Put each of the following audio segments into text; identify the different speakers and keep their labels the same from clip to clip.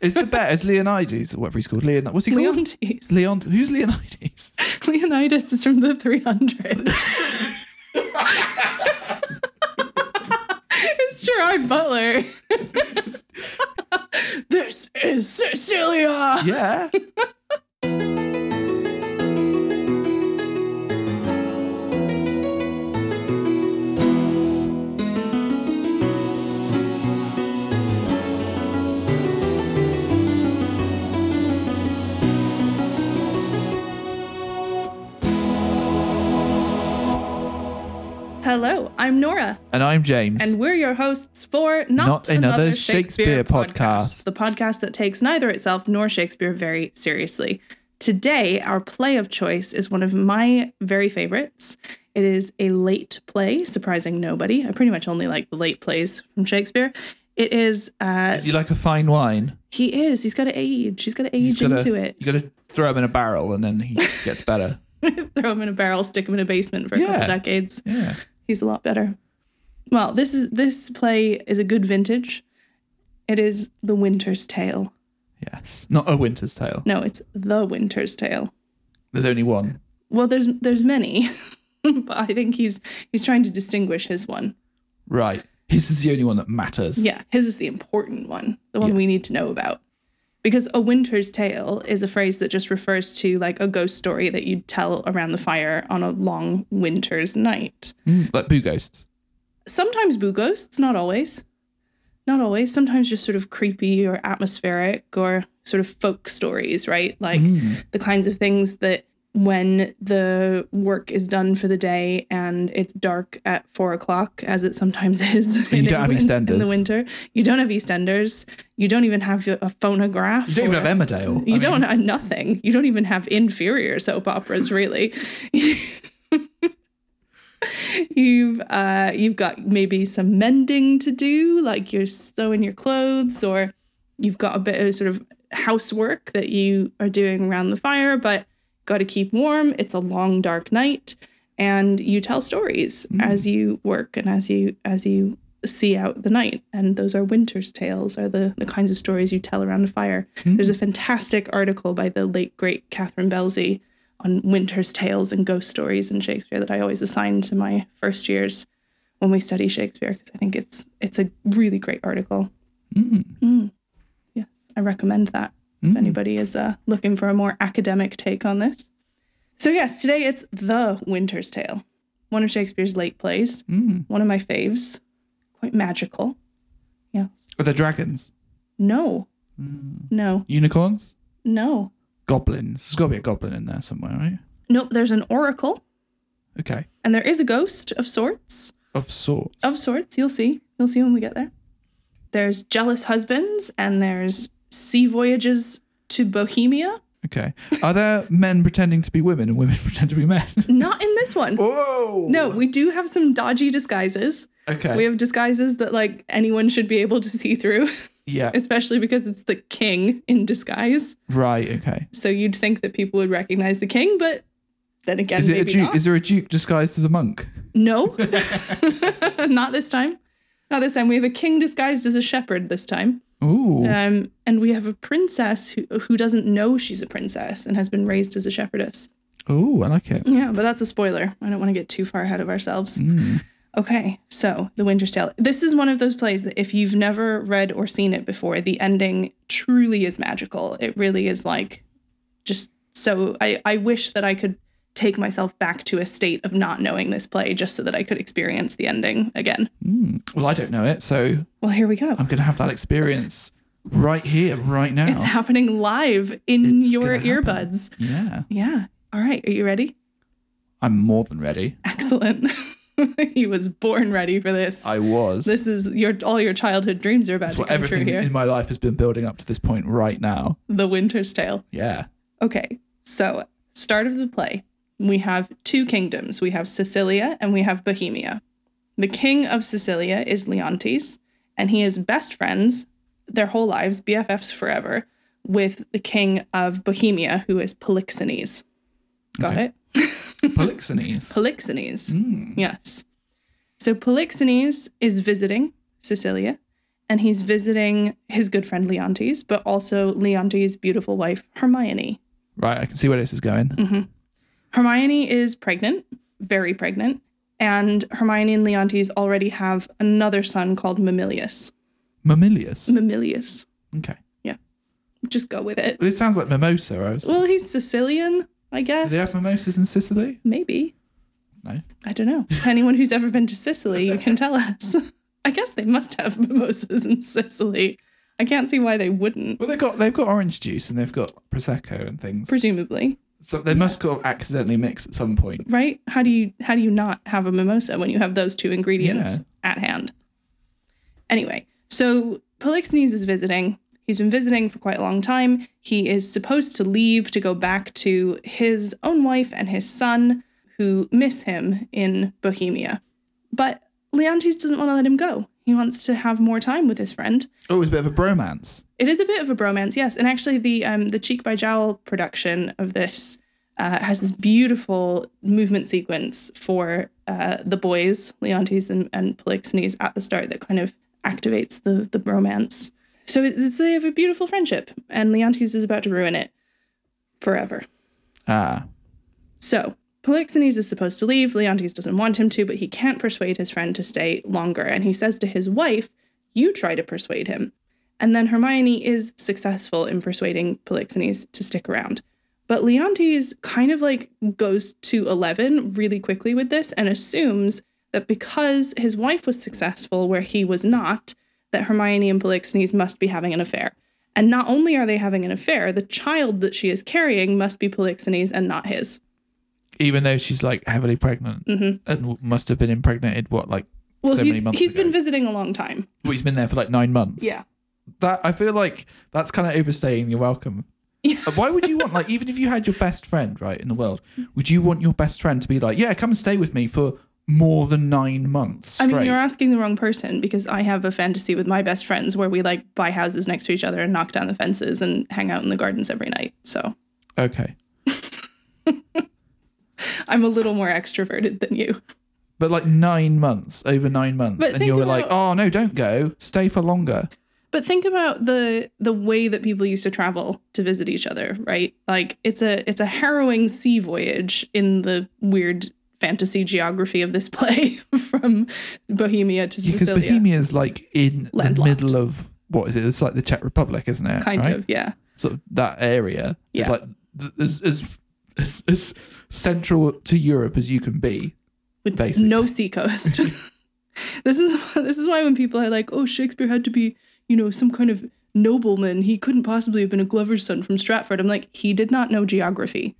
Speaker 1: It's the bet as Leonides, or whatever he's called. Leon, what's he called?
Speaker 2: Leontes.
Speaker 1: Leon, who's Leonides?
Speaker 2: Leonidas is from the 300. it's Gerard Butler. this is Cecilia.
Speaker 1: Yeah.
Speaker 2: Hello, I'm Nora,
Speaker 1: And I'm James.
Speaker 2: and we're your hosts for Not,
Speaker 1: Not Another Shakespeare Podcast.
Speaker 2: the podcast that takes neither itself nor Shakespeare very seriously. Today, our play of choice is one of my very favorites. It is a late play, surprising nobody. I pretty much only like the late plays from Shakespeare. It is, uh,
Speaker 1: is he like a fine wine?
Speaker 2: he is, he's got to age. He's got to
Speaker 1: He's
Speaker 2: age
Speaker 1: gotta-
Speaker 2: into it.
Speaker 1: You got to throw him in a barrel and then he gets better.
Speaker 2: Throw him in a barrel, stick him in a basement for a
Speaker 1: Yeah.
Speaker 2: couple decades.
Speaker 1: Yeah.
Speaker 2: he's a lot better. Well, this is this play is a good vintage. It is The Winter's Tale.
Speaker 1: Yes. Not a Winter's Tale.
Speaker 2: No, it's The Winter's Tale.
Speaker 1: There's only one.
Speaker 2: Well, there's there's many, but I think he's he's trying to distinguish his one.
Speaker 1: Right. His is the only one that matters.
Speaker 2: Yeah, his is the important one, the one
Speaker 1: Yeah.
Speaker 2: we need to know about. Because a winter's tale is a phrase that just refers to like a ghost story that you'd tell around the fire on a long winter's night.
Speaker 1: Mm, like Boo Ghosts.
Speaker 2: sometimes boo ghosts, not always. Not always. Sometimes just sort of creepy or atmospheric or sort of folk stories, right? Like
Speaker 1: Mm.
Speaker 2: the kinds of things that when the work is done for the day and it's dark at four o'clock, as it sometimes is
Speaker 1: you
Speaker 2: in
Speaker 1: don't have
Speaker 2: England in
Speaker 1: EastEnders.
Speaker 2: the winter, you don't have EastEnders. You don't even have your- a phonograph.
Speaker 1: You don't even
Speaker 2: or-
Speaker 1: have Emmerdale.
Speaker 2: you
Speaker 1: I
Speaker 2: don't
Speaker 1: mean,
Speaker 2: have nothing. You don't even have inferior soap operas, really. you've uh, you've got maybe some mending to do, like you're sewing your clothes, or you've got a bit of sort of housework that you are doing around the fire, but got to keep warm. It's a long dark night, and you tell stories
Speaker 1: Mm.
Speaker 2: as you work and as you as you see out the night. And those are winter's tales, are the the kinds of stories you tell around a fire. There's a fantastic article by the late great Catherine Belsey on winter's tales and ghost stories in Shakespeare that I always assign to my first years when we study Shakespeare because I think it's it's a really great article.
Speaker 1: Mm.
Speaker 2: Mm. Yes, I recommend that if
Speaker 1: Mm.
Speaker 2: anybody is uh, looking for a more academic take on this. So yes, today it's The Winter's Tale, one of Shakespeare's late plays,
Speaker 1: Mm.
Speaker 2: one of my faves, quite magical. Yes.
Speaker 1: Are there dragons?
Speaker 2: No,
Speaker 1: Mm.
Speaker 2: no,
Speaker 1: Unicorns?
Speaker 2: no.
Speaker 1: Goblins. There's got to be a goblin in there somewhere, right?
Speaker 2: Nope, there's an oracle
Speaker 1: Okay.
Speaker 2: and there is a ghost of sorts.
Speaker 1: Of sorts.
Speaker 2: Of sorts, you'll see. You'll see when we get there. There's jealous husbands and there's sea voyages to Bohemia.
Speaker 1: Okay. Are there men pretending to be women and women pretend to be men?
Speaker 2: Not in this
Speaker 1: Oh.
Speaker 2: one.
Speaker 1: Whoa.
Speaker 2: No, we do have some dodgy disguises.
Speaker 1: Okay.
Speaker 2: We have disguises that like anyone should be able to see through,
Speaker 1: yeah.
Speaker 2: especially because it's the king in disguise.
Speaker 1: Right. Okay.
Speaker 2: So you'd think that people would recognize the king, but then again,
Speaker 1: Is it a
Speaker 2: maybe
Speaker 1: duke?
Speaker 2: not.
Speaker 1: Is there a duke disguised as a monk?
Speaker 2: no, not this time. Not this time. We have a king disguised as a shepherd this time.
Speaker 1: Ooh.
Speaker 2: Um, and we have a princess who, who doesn't know she's a princess and has been raised as a shepherdess.
Speaker 1: Ooh, I like it.
Speaker 2: Yeah, but that's a spoiler. I don't want to get too far ahead of ourselves.
Speaker 1: Mm.
Speaker 2: Okay, so The Winter's Tale. This is one of those plays that if you've never read or seen it before, the ending truly is magical. It really is like just so I, I wish that I could take myself back to a state of not knowing this play just so that I could experience the ending again.
Speaker 1: Mm. Well, I don't know it, so
Speaker 2: Well, here we go.
Speaker 1: I'm going to have that experience right here, right now.
Speaker 2: It's happening live in
Speaker 1: It's
Speaker 2: your
Speaker 1: gonna happen.
Speaker 2: earbuds.
Speaker 1: yeah.
Speaker 2: Yeah. All right, are you ready?
Speaker 1: I'm more than ready.
Speaker 2: Excellent. he was born ready for this.
Speaker 1: I was.
Speaker 2: this is your all your childhood dreams are
Speaker 1: That's
Speaker 2: about to
Speaker 1: what
Speaker 2: come true
Speaker 1: everything
Speaker 2: here.
Speaker 1: in my life has been building up to this point right now.
Speaker 2: the Winter's Tale.
Speaker 1: Yeah.
Speaker 2: Okay, so start of the play. We have two kingdoms. We have Sicilia and we have Bohemia. The king of Sicilia is Leontes, and he is best friends their whole lives, BFFs forever, with the king of Bohemia, who is Polixenes. Got
Speaker 1: Okay.
Speaker 2: it?
Speaker 1: Polixenes.
Speaker 2: Polixenes.
Speaker 1: Mm.
Speaker 2: Yes. So Polixenes is visiting Sicilia and he's visiting his good friend Leontes, but also Leontes' beautiful wife, Hermione.
Speaker 1: Right, I can see where this is going.
Speaker 2: Hermione is pregnant, very pregnant, and Hermione and Leontes already have another son called Mamilius.
Speaker 1: Mammalius.
Speaker 2: Mamilius.
Speaker 1: Okay.
Speaker 2: Just go with it.
Speaker 1: It sounds like mimosa. I was,
Speaker 2: Well, he's Sicilian, I
Speaker 1: do
Speaker 2: guess.
Speaker 1: they have mimosas in Sicily?
Speaker 2: Maybe.
Speaker 1: No.
Speaker 2: I don't know. Anyone who's ever been to Sicily, you can tell us. I guess they must have mimosas in Sicily. I can't see why they wouldn't,
Speaker 1: Well, they've got they've got orange juice and they've got prosecco and things.
Speaker 2: presumably.
Speaker 1: so they must have accidentally mixed at some point.
Speaker 2: Right? How do you how do you not have a mimosa when you have those two ingredients at hand? Anyway, so Polixenes is visiting. He's been visiting for quite a long time. He is supposed to leave to go back to his own wife and his son, who miss him in Bohemia. But Leontes doesn't want to let him go. He wants to have more time with his friend.
Speaker 1: Oh, it was a bit of a bromance.
Speaker 2: It is a bit of a bromance, yes. And actually, the um, the cheek by jowl production of this uh, has this beautiful movement sequence for uh, the boys, Leontes and, and Polixenes, at the start that kind of activates the the bromance. So it's, they have a beautiful friendship, and Leontes is about to ruin it forever.
Speaker 1: Ah,
Speaker 2: So Polixenes is supposed to leave. Leontes doesn't want him to, but he can't persuade his friend to stay longer. And he says to his wife, You try to persuade him. And then Hermione is successful in persuading Polixenes to stick around. But Leontes kind of like goes to 11 really quickly with this and assumes that because his wife was successful where he was not, that Hermione and Polixenes must be having an affair. And not only are they having an affair, the child that she is carrying must be Polixenes and not his.
Speaker 1: even though she's like heavily pregnant
Speaker 2: Mhm.
Speaker 1: and w- must have been impregnated what like
Speaker 2: Well,
Speaker 1: so
Speaker 2: he's
Speaker 1: many months
Speaker 2: he's
Speaker 1: ago.
Speaker 2: been visiting a long time.
Speaker 1: Well, he's been there for like nine months.
Speaker 2: Yeah.
Speaker 1: that I feel like that's kind of overstaying your welcome.
Speaker 2: Yeah.
Speaker 1: Uh, Why would you want like even if you had your best friend right in the world, would you want your best friend to be like, yeah, come and stay with me for more than nine months
Speaker 2: I
Speaker 1: straight?
Speaker 2: mean, you're asking the wrong person because I have a fantasy with my best friends where we like buy houses next to each other and knock down the fences and hang out in the gardens every night. So
Speaker 1: okay,
Speaker 2: I'm a little more extroverted than you.
Speaker 1: but like nine months over nine months,
Speaker 2: But
Speaker 1: and
Speaker 2: think
Speaker 1: you were like,
Speaker 2: about-
Speaker 1: oh no, don't go, stay for longer.
Speaker 2: But think about the the way that people used to travel to visit each other, right? Like it's a it's a harrowing sea voyage in the weird fantasy geography of this play from Bohemia to
Speaker 1: Because
Speaker 2: Sicilia.
Speaker 1: Bohemia's like in the
Speaker 2: Landlocked.
Speaker 1: middle of what is it? It's like the Czech Republic, isn't it?
Speaker 2: kind
Speaker 1: Right?
Speaker 2: of, yeah.
Speaker 1: sort of that area. So It's
Speaker 2: Yeah.
Speaker 1: like th- as, as as as central to Europe as you can be.
Speaker 2: with
Speaker 1: Basically.
Speaker 2: no sea coast. this is this is why when people are like, "Oh, Shakespeare had to be, you know, some kind of nobleman. He couldn't possibly have been a glover's son from Stratford." I'm like, "He did not know geography.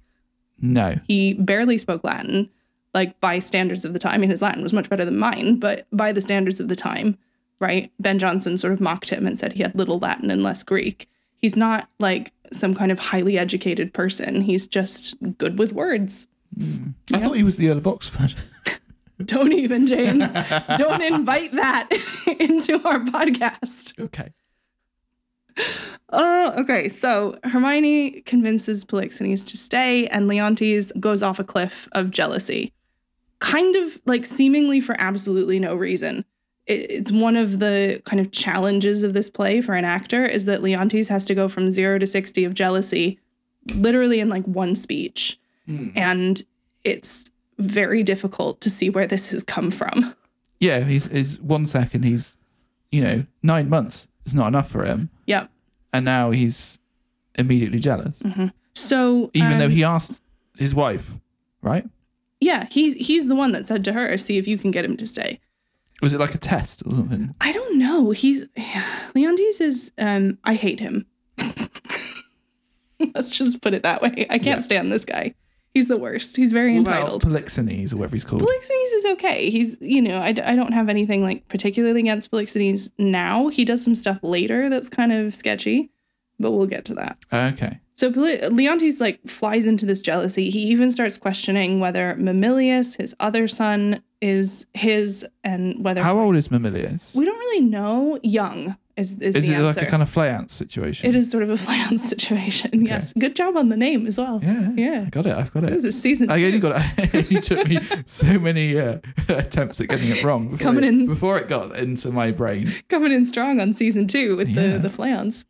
Speaker 1: No.
Speaker 2: He barely spoke Latin, like by standards of the time. I mean, his Latin was much better than mine, but by the standards of the time, right? Ben Jonson sort of mocked him and said he had little Latin and less Greek. He's not like some kind of highly educated person. He's just good with words.
Speaker 1: I thought he was the Earl of Oxford.
Speaker 2: Don't even, James. Don't invite that into our podcast.
Speaker 1: okay.
Speaker 2: Oh, okay. So Hermione convinces Polixenes to stay, and Leontes goes off a cliff of jealousy, kind of like seemingly for absolutely no reason. It- It's one of the kind of challenges of this play for an actor is that Leontes has to go from zero to 60 of jealousy literally in like one speech. And it's very difficult to see where this has come from.
Speaker 1: Yeah, he's, he's one second he's you know, nine months is not enough for him.
Speaker 2: Yeah.
Speaker 1: And now he's immediately jealous.
Speaker 2: So
Speaker 1: Even
Speaker 2: um,
Speaker 1: though he asked his wife, right?
Speaker 2: yeah, he's he's the one that said to her, "See if you can get him to stay."
Speaker 1: Was it like a test or something?
Speaker 2: I don't know. He's Leontes is um, I hate him. Let's just put it that way. I can't stand this guy. He's the worst. He's very
Speaker 1: About
Speaker 2: entitled.
Speaker 1: Polixenes or whatever he's called.
Speaker 2: Polixenes is okay. He's, you know, I, d- I don't have anything like particularly against Polixenes now. He does some stuff later that's kind of sketchy, but we'll get to that.
Speaker 1: okay.
Speaker 2: So Poli- Leontes like flies into this jealousy. He even starts questioning whether Mamilius, his other son, is his and whether
Speaker 1: How old is Mamilius?
Speaker 2: we don't really know young. is, is,
Speaker 1: Is
Speaker 2: the
Speaker 1: it
Speaker 2: answer.
Speaker 1: like a kind of flayance situation?
Speaker 2: it is sort of a flounced situation. Yes. Good job on the name as well.
Speaker 1: Yeah.
Speaker 2: Yeah.
Speaker 1: I got it. I've got
Speaker 2: This
Speaker 1: it.
Speaker 2: is season
Speaker 1: I
Speaker 2: two.
Speaker 1: only got it. it only took me so many uh, attempts at getting it wrong before,
Speaker 2: Coming
Speaker 1: it,
Speaker 2: in.
Speaker 1: before it got into my brain.
Speaker 2: coming in strong on season two with
Speaker 1: Yeah.
Speaker 2: the the fleance.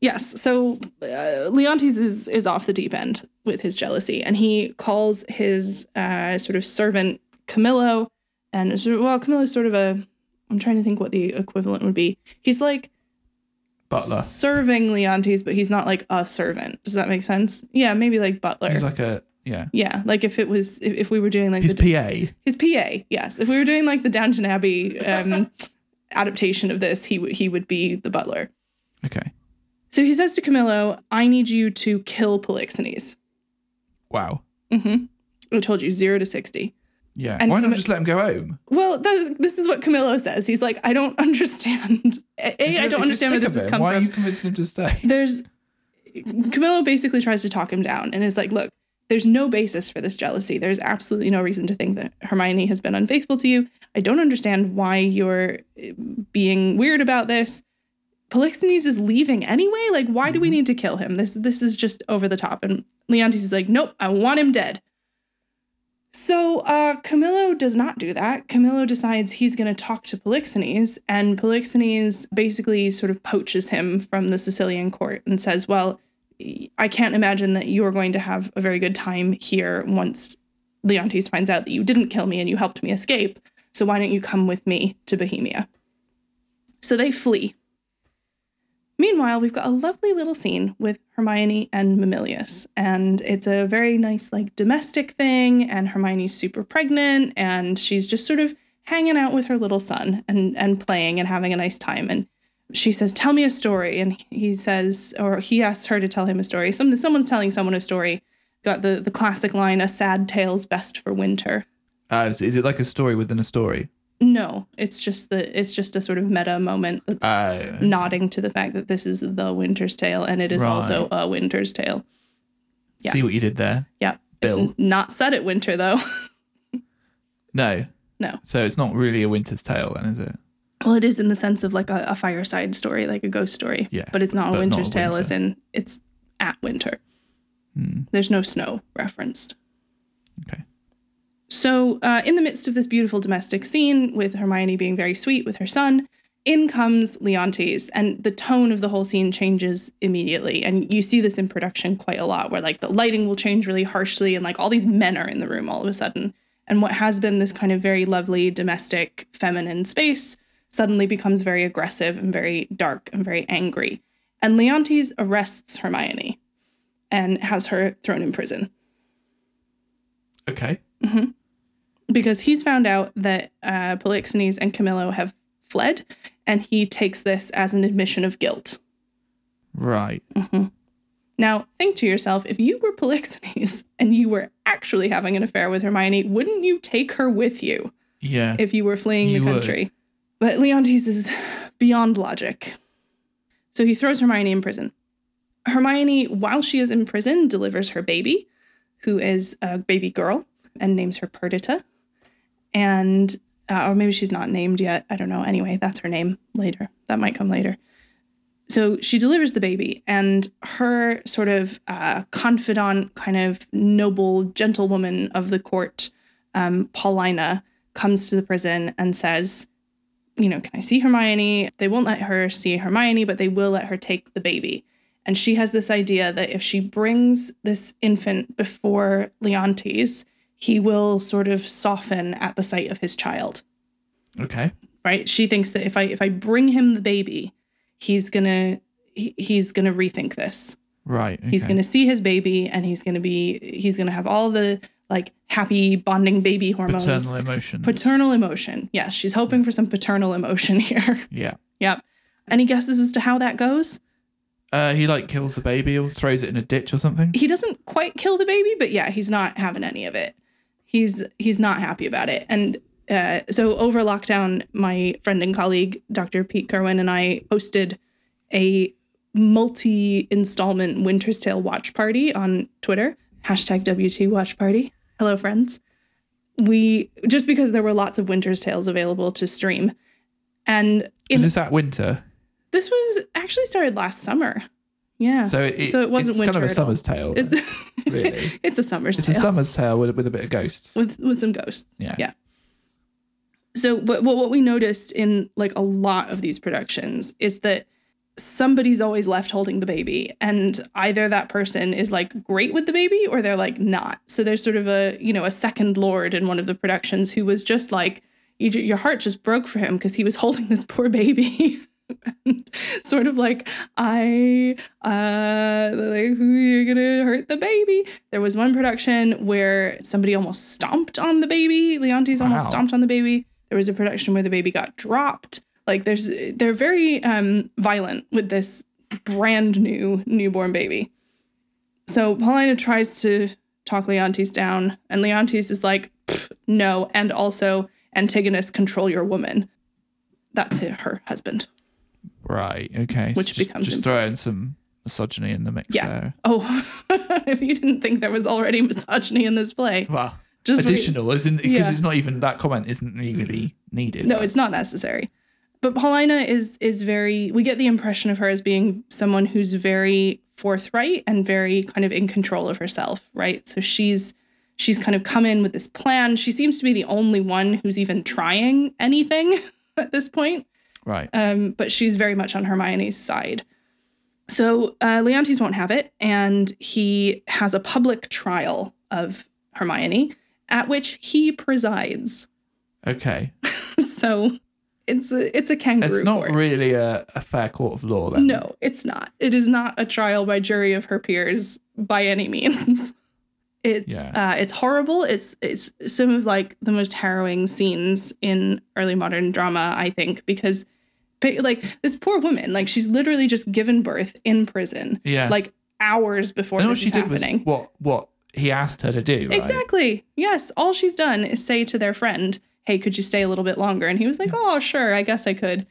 Speaker 2: Yes, so uh, Leontes is is off the deep end with his jealousy, and he calls his uh, sort of servant Camillo, and is- well, Camillo's sort of a I'm trying to think what the equivalent would be. He's like
Speaker 1: Butler.
Speaker 2: serving Leontes, but he's not like a servant. Does that make sense? Yeah, maybe like butler.
Speaker 1: He's like a yeah.
Speaker 2: yeah, like if it was if, if we were doing like
Speaker 1: His
Speaker 2: the
Speaker 1: PA.
Speaker 2: his PA. Yes, if we were doing like the Downton Abbey um, adaptation of this, he would he would be the butler.
Speaker 1: Okay.
Speaker 2: So he says to Camillo, "I need you to kill Polixenes."
Speaker 1: Wow.
Speaker 2: hmm I told you zero to sixty.
Speaker 1: Yeah.
Speaker 2: And
Speaker 1: Why not
Speaker 2: Cam-
Speaker 1: just let him go home?
Speaker 2: Well, that's, this is what Camillo says. He's like, "I don't understand. A,
Speaker 1: If
Speaker 2: I
Speaker 1: you're-
Speaker 2: don't
Speaker 1: if you're
Speaker 2: understand where
Speaker 1: sick
Speaker 2: this
Speaker 1: of
Speaker 2: has
Speaker 1: him,
Speaker 2: come
Speaker 1: Why
Speaker 2: from."
Speaker 1: are you convincing him to stay?
Speaker 2: there's Camillo basically tries to talk him down and is like, look, there's no basis for this jealousy. There's absolutely no reason to think that Hermione has been unfaithful to you. I don't understand why you're eh, being weird about this. Polixenes is leaving anyway. Like, why do we need to kill him? This this is just over the top. And Leontes is like, nope, I want him dead. So uh, Camillo does not do that. Camillo decides he's going to talk to Polixenes, and Polixenes basically sort of poaches him from the Sicilian court and says, "Well, I can't imagine that you're going to have a very good time here once Leontes finds out that you didn't kill me and you helped me escape. So why don't you come with me to Bohemia?" So they flee. Meanwhile, we've got a lovely little scene with Hermione and Mamilius, and it's a very nice, like, domestic thing. And Hermione's super pregnant, and she's just sort of hanging out with her little son and and playing and having a nice time. And she says, "Tell me a story," and he says, or he asks her to tell him a story. Some someone's telling someone a story. Got the the classic line, "A sad tale's best for winter."
Speaker 1: Uh, is, is it like a story within a story?
Speaker 2: No, it's just the it's just a sort of meta moment that's
Speaker 1: Uh,
Speaker 2: nodding to the fact that this is the Winter's Tale and it is
Speaker 1: Right.
Speaker 2: also a Winter's Tale. yeah.
Speaker 1: See what you did there.
Speaker 2: Yeah.
Speaker 1: Bill.
Speaker 2: It's not set at winter though.
Speaker 1: No.
Speaker 2: No.
Speaker 1: So it's not really a Winter's Tale, then, is it?
Speaker 2: well, it is in the sense of like a, a fireside story, like a ghost story.
Speaker 1: Yeah,
Speaker 2: But it's not a
Speaker 1: but not
Speaker 2: Winter's
Speaker 1: a
Speaker 2: Tale
Speaker 1: winter.
Speaker 2: as in it's at winter.
Speaker 1: Hmm.
Speaker 2: There's no snow referenced.
Speaker 1: Okay.
Speaker 2: So, uh, in the midst of this beautiful domestic scene, with Hermione being very sweet with her son, in comes Leontes, and the tone of the whole scene changes immediately. And you see this in production quite a lot, where like the lighting will change really harshly, and like all these men are in the room all of a sudden. And what has been this kind of very lovely domestic feminine space suddenly becomes very aggressive and very dark and very angry. And Leontes arrests Hermione and has her thrown in prison.
Speaker 1: Okay.
Speaker 2: because he's found out that uh, Polixenes and Camillo have fled, and he takes this as an admission of guilt. Mm-hmm.
Speaker 1: Right.
Speaker 2: Now, think to yourself if you were Polixenes and you were actually having an affair with Hermione, wouldn't you take her with you
Speaker 1: Yeah.
Speaker 2: if you were fleeing
Speaker 1: You
Speaker 2: the
Speaker 1: would.
Speaker 2: country? But Leontes is beyond logic. So he throws Hermione in prison. Hermione, while she is in prison, delivers her baby, who is a baby girl, and names her Perdita. And, uh, or maybe she's not named yet. I don't know. Anyway, that's her name later. That might come later. So she delivers the baby, and her sort of uh, confidant, kind of noble gentlewoman of the court, um, Paulina, comes to the prison and says, you know, can I see Hermione? They won't let her see Hermione, but they will let her take the baby. And she has this idea that if she brings this infant before Leontes, he will sort of soften at the sight of his child,
Speaker 1: Okay.
Speaker 2: right? She thinks that if I if I bring him the baby, he's gonna he, he's gonna rethink this.
Speaker 1: Right. Okay.
Speaker 2: He's gonna see his baby, and he's gonna be he's gonna have all the like happy bonding baby hormones,
Speaker 1: paternal emotions.
Speaker 2: paternal emotion. Yes, she's hoping for some paternal emotion here.
Speaker 1: Yeah.
Speaker 2: Yep. Any guesses as to how that goes?
Speaker 1: Uh, he like kills the baby or throws it in a ditch or something.
Speaker 2: He doesn't quite kill the baby, but yeah, he's not having any of it. He's he's not happy about it. And uh, so over lockdown, my friend and colleague Dr. Pete Kerwin and I posted a multi-installment Winter's Tale watch party on Twitter hashtag WT watch party. Hello, friends. We just because there were lots of Winter's Tales available to stream, and in
Speaker 1: Is this at winter?
Speaker 2: This was actually started last summer. Yeah.
Speaker 1: So it,
Speaker 2: So it wasn't
Speaker 1: it's kind of a
Speaker 2: winter at all.
Speaker 1: summer's tale.
Speaker 2: it's,
Speaker 1: really.
Speaker 2: it's a summer's
Speaker 1: It's a
Speaker 2: tale
Speaker 1: summer's tale with, with a bit of ghosts.
Speaker 2: with with some ghosts.
Speaker 1: Yeah.
Speaker 2: yeah. So but what what we noticed in like a lot of these productions is that somebody's always left holding the baby and either that person is like great with the baby or they're like not. So there's sort of a, you know, a second lord in one of the productions who was just like you, ju- your heart just broke for him because he was holding this poor baby. And sort of like I uh like who you're gonna hurt the baby. There was one production where somebody almost stomped on the baby. Leontes almost
Speaker 1: Wow.
Speaker 2: stomped on the baby. There was a production where the baby got dropped. Like there's they're very um violent with this brand new newborn baby. So Paulina tries to talk Leontes down, and Leontes is like, "Pfft, no, and also Antigonus, control your woman. That's her, her husband.
Speaker 1: Right. Okay.
Speaker 2: Which
Speaker 1: just,
Speaker 2: becomes
Speaker 1: just throw in some misogyny in the mix
Speaker 2: Yeah.
Speaker 1: there.
Speaker 2: Oh, if you didn't think there was already misogyny in this play,
Speaker 1: Well,
Speaker 2: just wait.
Speaker 1: additional isn't because
Speaker 2: Yeah.
Speaker 1: it's not even that comment isn't really needed.
Speaker 2: No,
Speaker 1: right?
Speaker 2: it's not necessary. But Paulina is is very we get the impression of her as being someone who's very forthright and very kind of in control of herself, right? So she's she's kind of come in with this plan. She seems to be the only one who's even trying anything at this point.
Speaker 1: right.
Speaker 2: Um, but she's very much on Hermione's side. So uh, Leontes won't have it, and he has a public trial of Hermione, at which he presides.
Speaker 1: Okay.
Speaker 2: so it's a, it's a kangaroo.
Speaker 1: It's not
Speaker 2: court.
Speaker 1: really a, a fair court of law then.
Speaker 2: No, it's not. It is not a trial by jury of her peers by any means. It's
Speaker 1: Yeah.
Speaker 2: uh, it's horrible. It's it's some of like the most harrowing scenes in early modern drama, I think, because pa- like this poor woman, like she's literally just given birth in prison,
Speaker 1: Yeah.
Speaker 2: like hours before
Speaker 1: and all
Speaker 2: this
Speaker 1: she
Speaker 2: is
Speaker 1: did
Speaker 2: happening.
Speaker 1: was what what he asked her to do. Right?
Speaker 2: Exactly. Yes. All she's done is say to their friend, Hey, could you stay a little bit longer? And he was like, Oh, sure. I guess I could.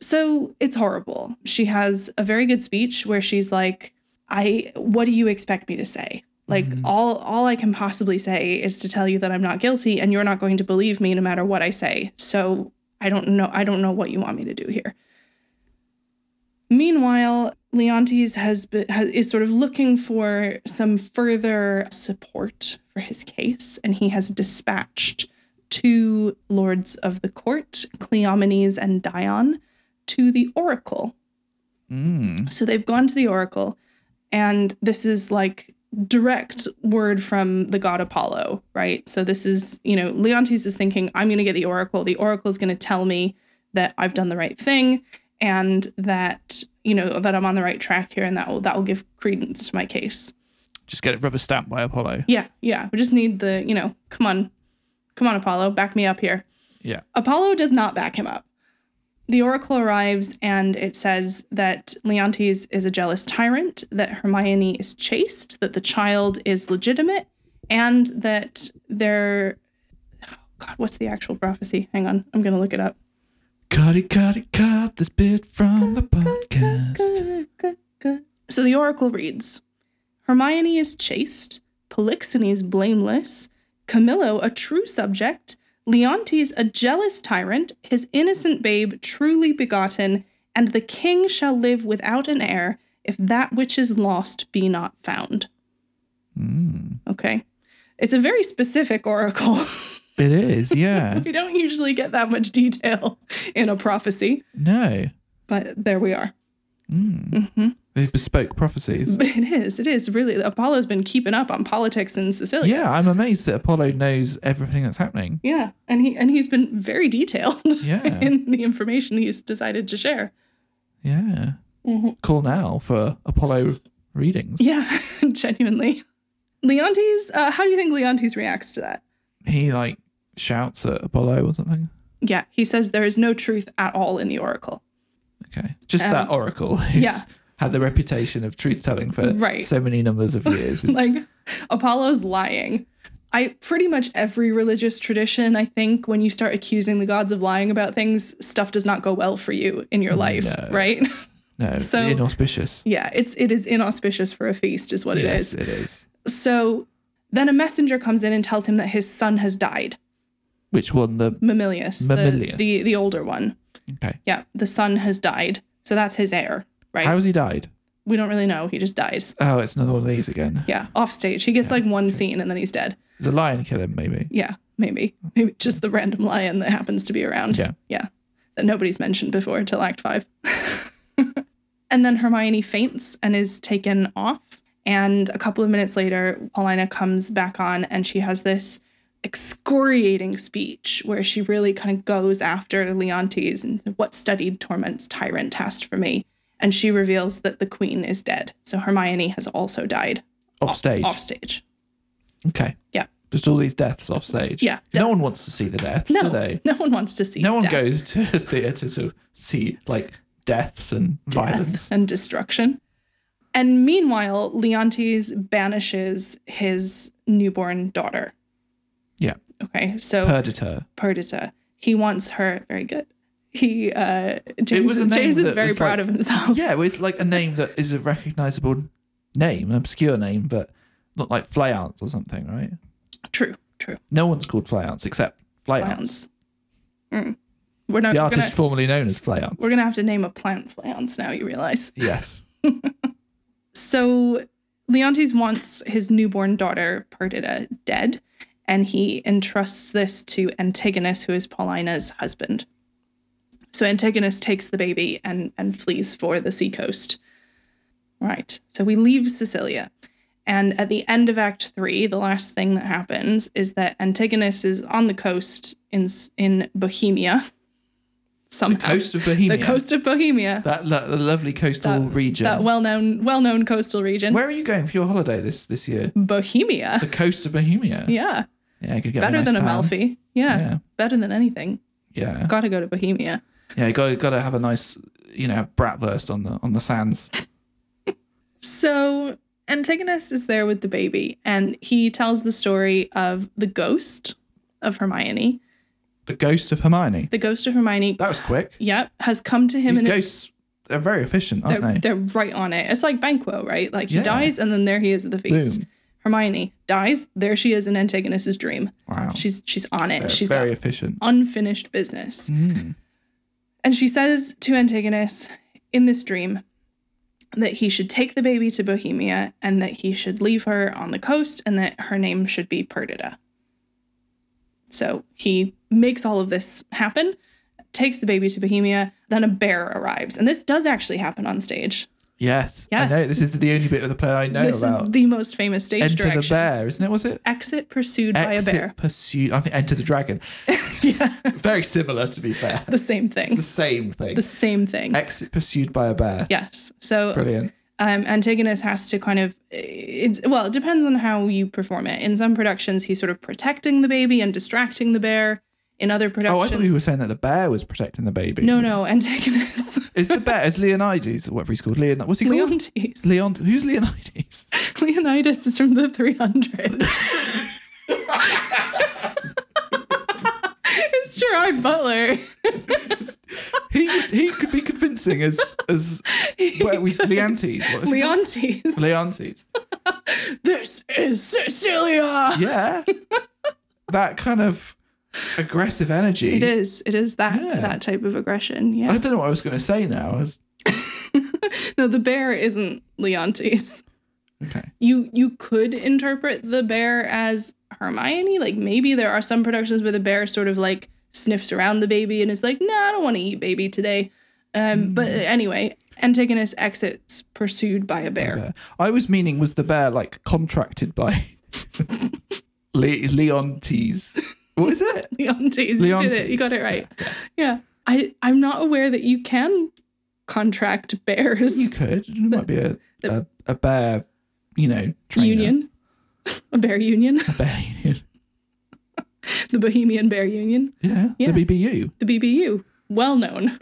Speaker 2: So it's horrible. She has a very good speech where she's like, I, what do you expect me to say? Like
Speaker 1: Mhm.
Speaker 2: all all I can possibly say is to tell you that I'm not guilty and you're not going to believe me no matter what I say. So I don't know I don't know what you want me to do here. Meanwhile, Leontes has, be, has is sort of looking for some further support for his case, and he has dispatched two lords of the court, Cleomenes and Dion, to the oracle.
Speaker 1: Mm.
Speaker 2: So they've gone to the oracle, and this is like direct word from the god Apollo, right? So this is, you know, Leontes is thinking, I'm going to get the oracle. The oracle is going to tell me that I've done the right thing and that, you know, that I'm on the right track here and that will, that will give credence to my case.
Speaker 1: Just get it rubber stamped by Apollo.
Speaker 2: Yeah, yeah. We just need the, you know, come on, come on, Apollo, back me up here.
Speaker 1: Yeah.
Speaker 2: Apollo does not back him up. The oracle arrives and it says that Leontes is a jealous tyrant, that Hermione is chaste, that the child is legitimate, and that there. Oh God, what's the actual prophecy? Hang on, I'm going to look it up.
Speaker 1: Cut it, cut it, cut this bit from the podcast.
Speaker 2: So the oracle reads Hermione is chaste, Polixenes blameless, Camillo a true subject, Leontes a jealous tyrant, his innocent babe truly begotten, and the king shall live without an heir if that which is lost be not found.
Speaker 1: Mm.
Speaker 2: Okay. It's a very specific oracle.
Speaker 1: It is, yeah.
Speaker 2: we don't usually get that much detail in a prophecy,
Speaker 1: no.
Speaker 2: but there we are.
Speaker 1: Mm.
Speaker 2: hmm
Speaker 1: These bespoke prophecies.
Speaker 2: It is. It is really. Apollo's been keeping up on politics in Sicily.
Speaker 1: Yeah, I'm amazed that Apollo knows everything that's happening.
Speaker 2: Yeah, and he and he's been very detailed
Speaker 1: Yeah.
Speaker 2: in the information he's decided to share.
Speaker 1: Yeah.
Speaker 2: Mhm.
Speaker 1: Call now for Apollo readings.
Speaker 2: Yeah, genuinely. Leontes, uh, how do you think Leontes reacts to that?
Speaker 1: He like shouts at Apollo or something.
Speaker 2: Yeah, he says there is no truth at all in the oracle.
Speaker 1: Okay. Just
Speaker 2: Um,
Speaker 1: that oracle who's
Speaker 2: yeah.
Speaker 1: had the reputation of truth telling for
Speaker 2: Right.
Speaker 1: so many numbers of years. It's-
Speaker 2: like Apollo's lying. I pretty much every religious tradition, I think, when you start accusing the gods of lying about things, stuff does not go well for you in your life,
Speaker 1: Mm, No.
Speaker 2: right?
Speaker 1: no,
Speaker 2: so-
Speaker 1: inauspicious.
Speaker 2: yeah, it's it is inauspicious for a feast, is what it is.
Speaker 1: yes, it is.
Speaker 2: So then a messenger comes in and tells him that his son has died,
Speaker 1: Which one? The
Speaker 2: Mamilius, the-
Speaker 1: Mamilius.
Speaker 2: The, the, older one.
Speaker 1: Okay.
Speaker 2: Yeah, the son has died, so that's his heir, right?
Speaker 1: How has he died?
Speaker 2: we don't really know. He just dies.
Speaker 1: Oh, it's another one of these again.
Speaker 2: Yeah, off stage. He gets like one scene and then he's dead.
Speaker 1: The lion kill him, maybe.
Speaker 2: Yeah, maybe. Maybe just the random lion that happens to be around.
Speaker 1: Yeah.
Speaker 2: Yeah. That nobody's mentioned before until Act Five. and then Hermione faints and is taken off. And a couple of minutes later, Paulina comes back on and she has this excoriating speech where she really kind of goes after Leontes and what studied torments tyrant hast for me. And she reveals that the queen is dead. So Hermione has also died
Speaker 1: Off stage.
Speaker 2: off stage.
Speaker 1: Okay.
Speaker 2: Yeah.
Speaker 1: Just all these deaths off stage.
Speaker 2: Yeah,
Speaker 1: no one wants to see the deaths, do
Speaker 2: No,
Speaker 1: they?
Speaker 2: no one wants to see
Speaker 1: No one
Speaker 2: death.
Speaker 1: goes to a theatre to see like deaths and violence.
Speaker 2: and destruction. And meanwhile, Leontes banishes his newborn daughter.
Speaker 1: Yeah.
Speaker 2: Okay, so
Speaker 1: Perdita.
Speaker 2: Perdita. He wants her very good. He uh James,
Speaker 1: was a name
Speaker 2: James is
Speaker 1: that
Speaker 2: very
Speaker 1: was like-
Speaker 2: proud of himself.
Speaker 1: Yeah, well, it's like a name that is a recognisable name, an obscure name, but not like Fleance or something, right?
Speaker 2: True, true.
Speaker 1: No one's called Fleance except Fleance.
Speaker 2: Flounce. Mm. We're not
Speaker 1: The
Speaker 2: we're
Speaker 1: artist
Speaker 2: gonna,
Speaker 1: formerly known as Fleance.
Speaker 2: we're gonna have to name a plant flounce now, you realize.
Speaker 1: Yes.
Speaker 2: So Leontes wants his newborn daughter, Perdita, dead, and he entrusts this to Antigonus, who is Paulina's husband. So Antigonus takes the baby and, and flees for the seacoast. Right. So we leave Sicilia. And at the end of Act Three, the last thing that happens is that Antigonus is on the coast in S- in Bohemia. Somehow.
Speaker 1: Coast of Bohemia.
Speaker 2: The coast of Bohemia.
Speaker 1: That, lo- the lovely coastal region.
Speaker 2: That well known well known coastal region.
Speaker 1: Where are you going for your holiday this this year?
Speaker 2: Bohemia.
Speaker 1: The coast of Bohemia.
Speaker 2: Yeah.
Speaker 1: Yeah, I could get
Speaker 2: Better
Speaker 1: nice
Speaker 2: than
Speaker 1: tan.
Speaker 2: Amalfi. Yeah.
Speaker 1: Yeah.
Speaker 2: Better than anything.
Speaker 1: Yeah,
Speaker 2: Gotta go to Bohemia.
Speaker 1: yeah. You got got to have a nice, you know, bratwurst on the on the sands.
Speaker 2: So Antigonus is there with the baby and he tells the story of the ghost of Hermione.
Speaker 1: The ghost of Hermione.
Speaker 2: The ghost of Hermione,
Speaker 1: That was quick.
Speaker 2: yep, has come to him
Speaker 1: These
Speaker 2: and
Speaker 1: ghosts, they're very efficient,
Speaker 2: they're,
Speaker 1: aren't they?
Speaker 2: they're right on it. It's like Banquo, right? Like he
Speaker 1: Yeah.
Speaker 2: dies and then there he is at the feast.
Speaker 1: Boom.
Speaker 2: Hermione dies. There she is in Antigonus's dream.
Speaker 1: Wow.
Speaker 2: She's she's on it.
Speaker 1: Oh. They're
Speaker 2: She's
Speaker 1: very
Speaker 2: got
Speaker 1: efficient.
Speaker 2: unfinished business.
Speaker 1: Mm.
Speaker 2: And she says to Antigonus in this dream that he should take the baby to Bohemia and that he should leave her on the coast and that her name should be Perdita. So he makes all of this happen, takes the baby to Bohemia, then a bear arrives. And this does actually happen on stage.
Speaker 1: Yes. I
Speaker 2: Yes.
Speaker 1: know. This is the only bit of the play I know
Speaker 2: this
Speaker 1: about.
Speaker 2: is the most famous stage
Speaker 1: Enter
Speaker 2: direction.
Speaker 1: the bear, isn't it? Was it?
Speaker 2: Exit pursued by a bear.
Speaker 1: pursuit. I think Enter the dragon.
Speaker 2: yeah,
Speaker 1: Very similar, to be fair.
Speaker 2: the same thing.
Speaker 1: the same thing.
Speaker 2: The same thing.
Speaker 1: Exit pursued by a bear.
Speaker 2: yes. So
Speaker 1: Brilliant.
Speaker 2: um, Antigonus has to kind of it's well, it depends on how you perform it. In some productions, he's sort of protecting the baby and distracting the bear. In other
Speaker 1: Oh, I
Speaker 2: productions,
Speaker 1: thought you were saying that the bear was protecting the baby.
Speaker 2: no, no, Antigonus,
Speaker 1: Is the bear is Leonides or whatever he's called? Leon what's he called?
Speaker 2: Leontes,
Speaker 1: Leon who's Leonides?
Speaker 2: Leonidas is from the Three Hundred. it's Gerard Butler.
Speaker 1: He he could be convincing as as where we Leontes. What is it?
Speaker 2: Leontes.
Speaker 1: Leontes.
Speaker 2: this is Cecilia.
Speaker 1: Yeah. that kind of aggressive energy.
Speaker 2: It is. It is that
Speaker 1: Yeah.
Speaker 2: that type of aggression.
Speaker 1: I
Speaker 2: Yeah.
Speaker 1: don't know what I was going to say now. I was,
Speaker 2: No, the bear isn't Leontes.
Speaker 1: okay.
Speaker 2: you you could interpret the bear as Hermione. Like maybe there are some productions where the bear sort of like sniffs around the baby and is like, "No, I don't want to eat baby today." Um, But anyway, Antigonus exits pursued by a bear.
Speaker 1: Bear. I was meaning was the bear like contracted by Le- Leontes? What is it?
Speaker 2: Leontes, you did it. You
Speaker 1: Leontes.
Speaker 2: got it right. Yeah. I I'm not aware that you can contract
Speaker 1: You
Speaker 2: bears
Speaker 1: could. It might be a, a, a bear, you know, trainer.
Speaker 2: union. A bear union,
Speaker 1: A bear union.
Speaker 2: the Bohemian Bear Union,
Speaker 1: Yeah.
Speaker 2: Yeah.
Speaker 1: The BBU.
Speaker 2: the BBU, well known.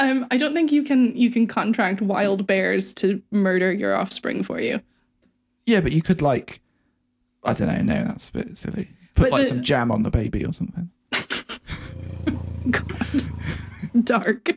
Speaker 2: Um, I don't think you can you can contract wild bears to murder your offspring for you.
Speaker 1: Yeah, but you could like, I don't know. No, that's a bit silly. Put
Speaker 2: But
Speaker 1: like
Speaker 2: the-
Speaker 1: some jam on the baby or something.
Speaker 2: Dark.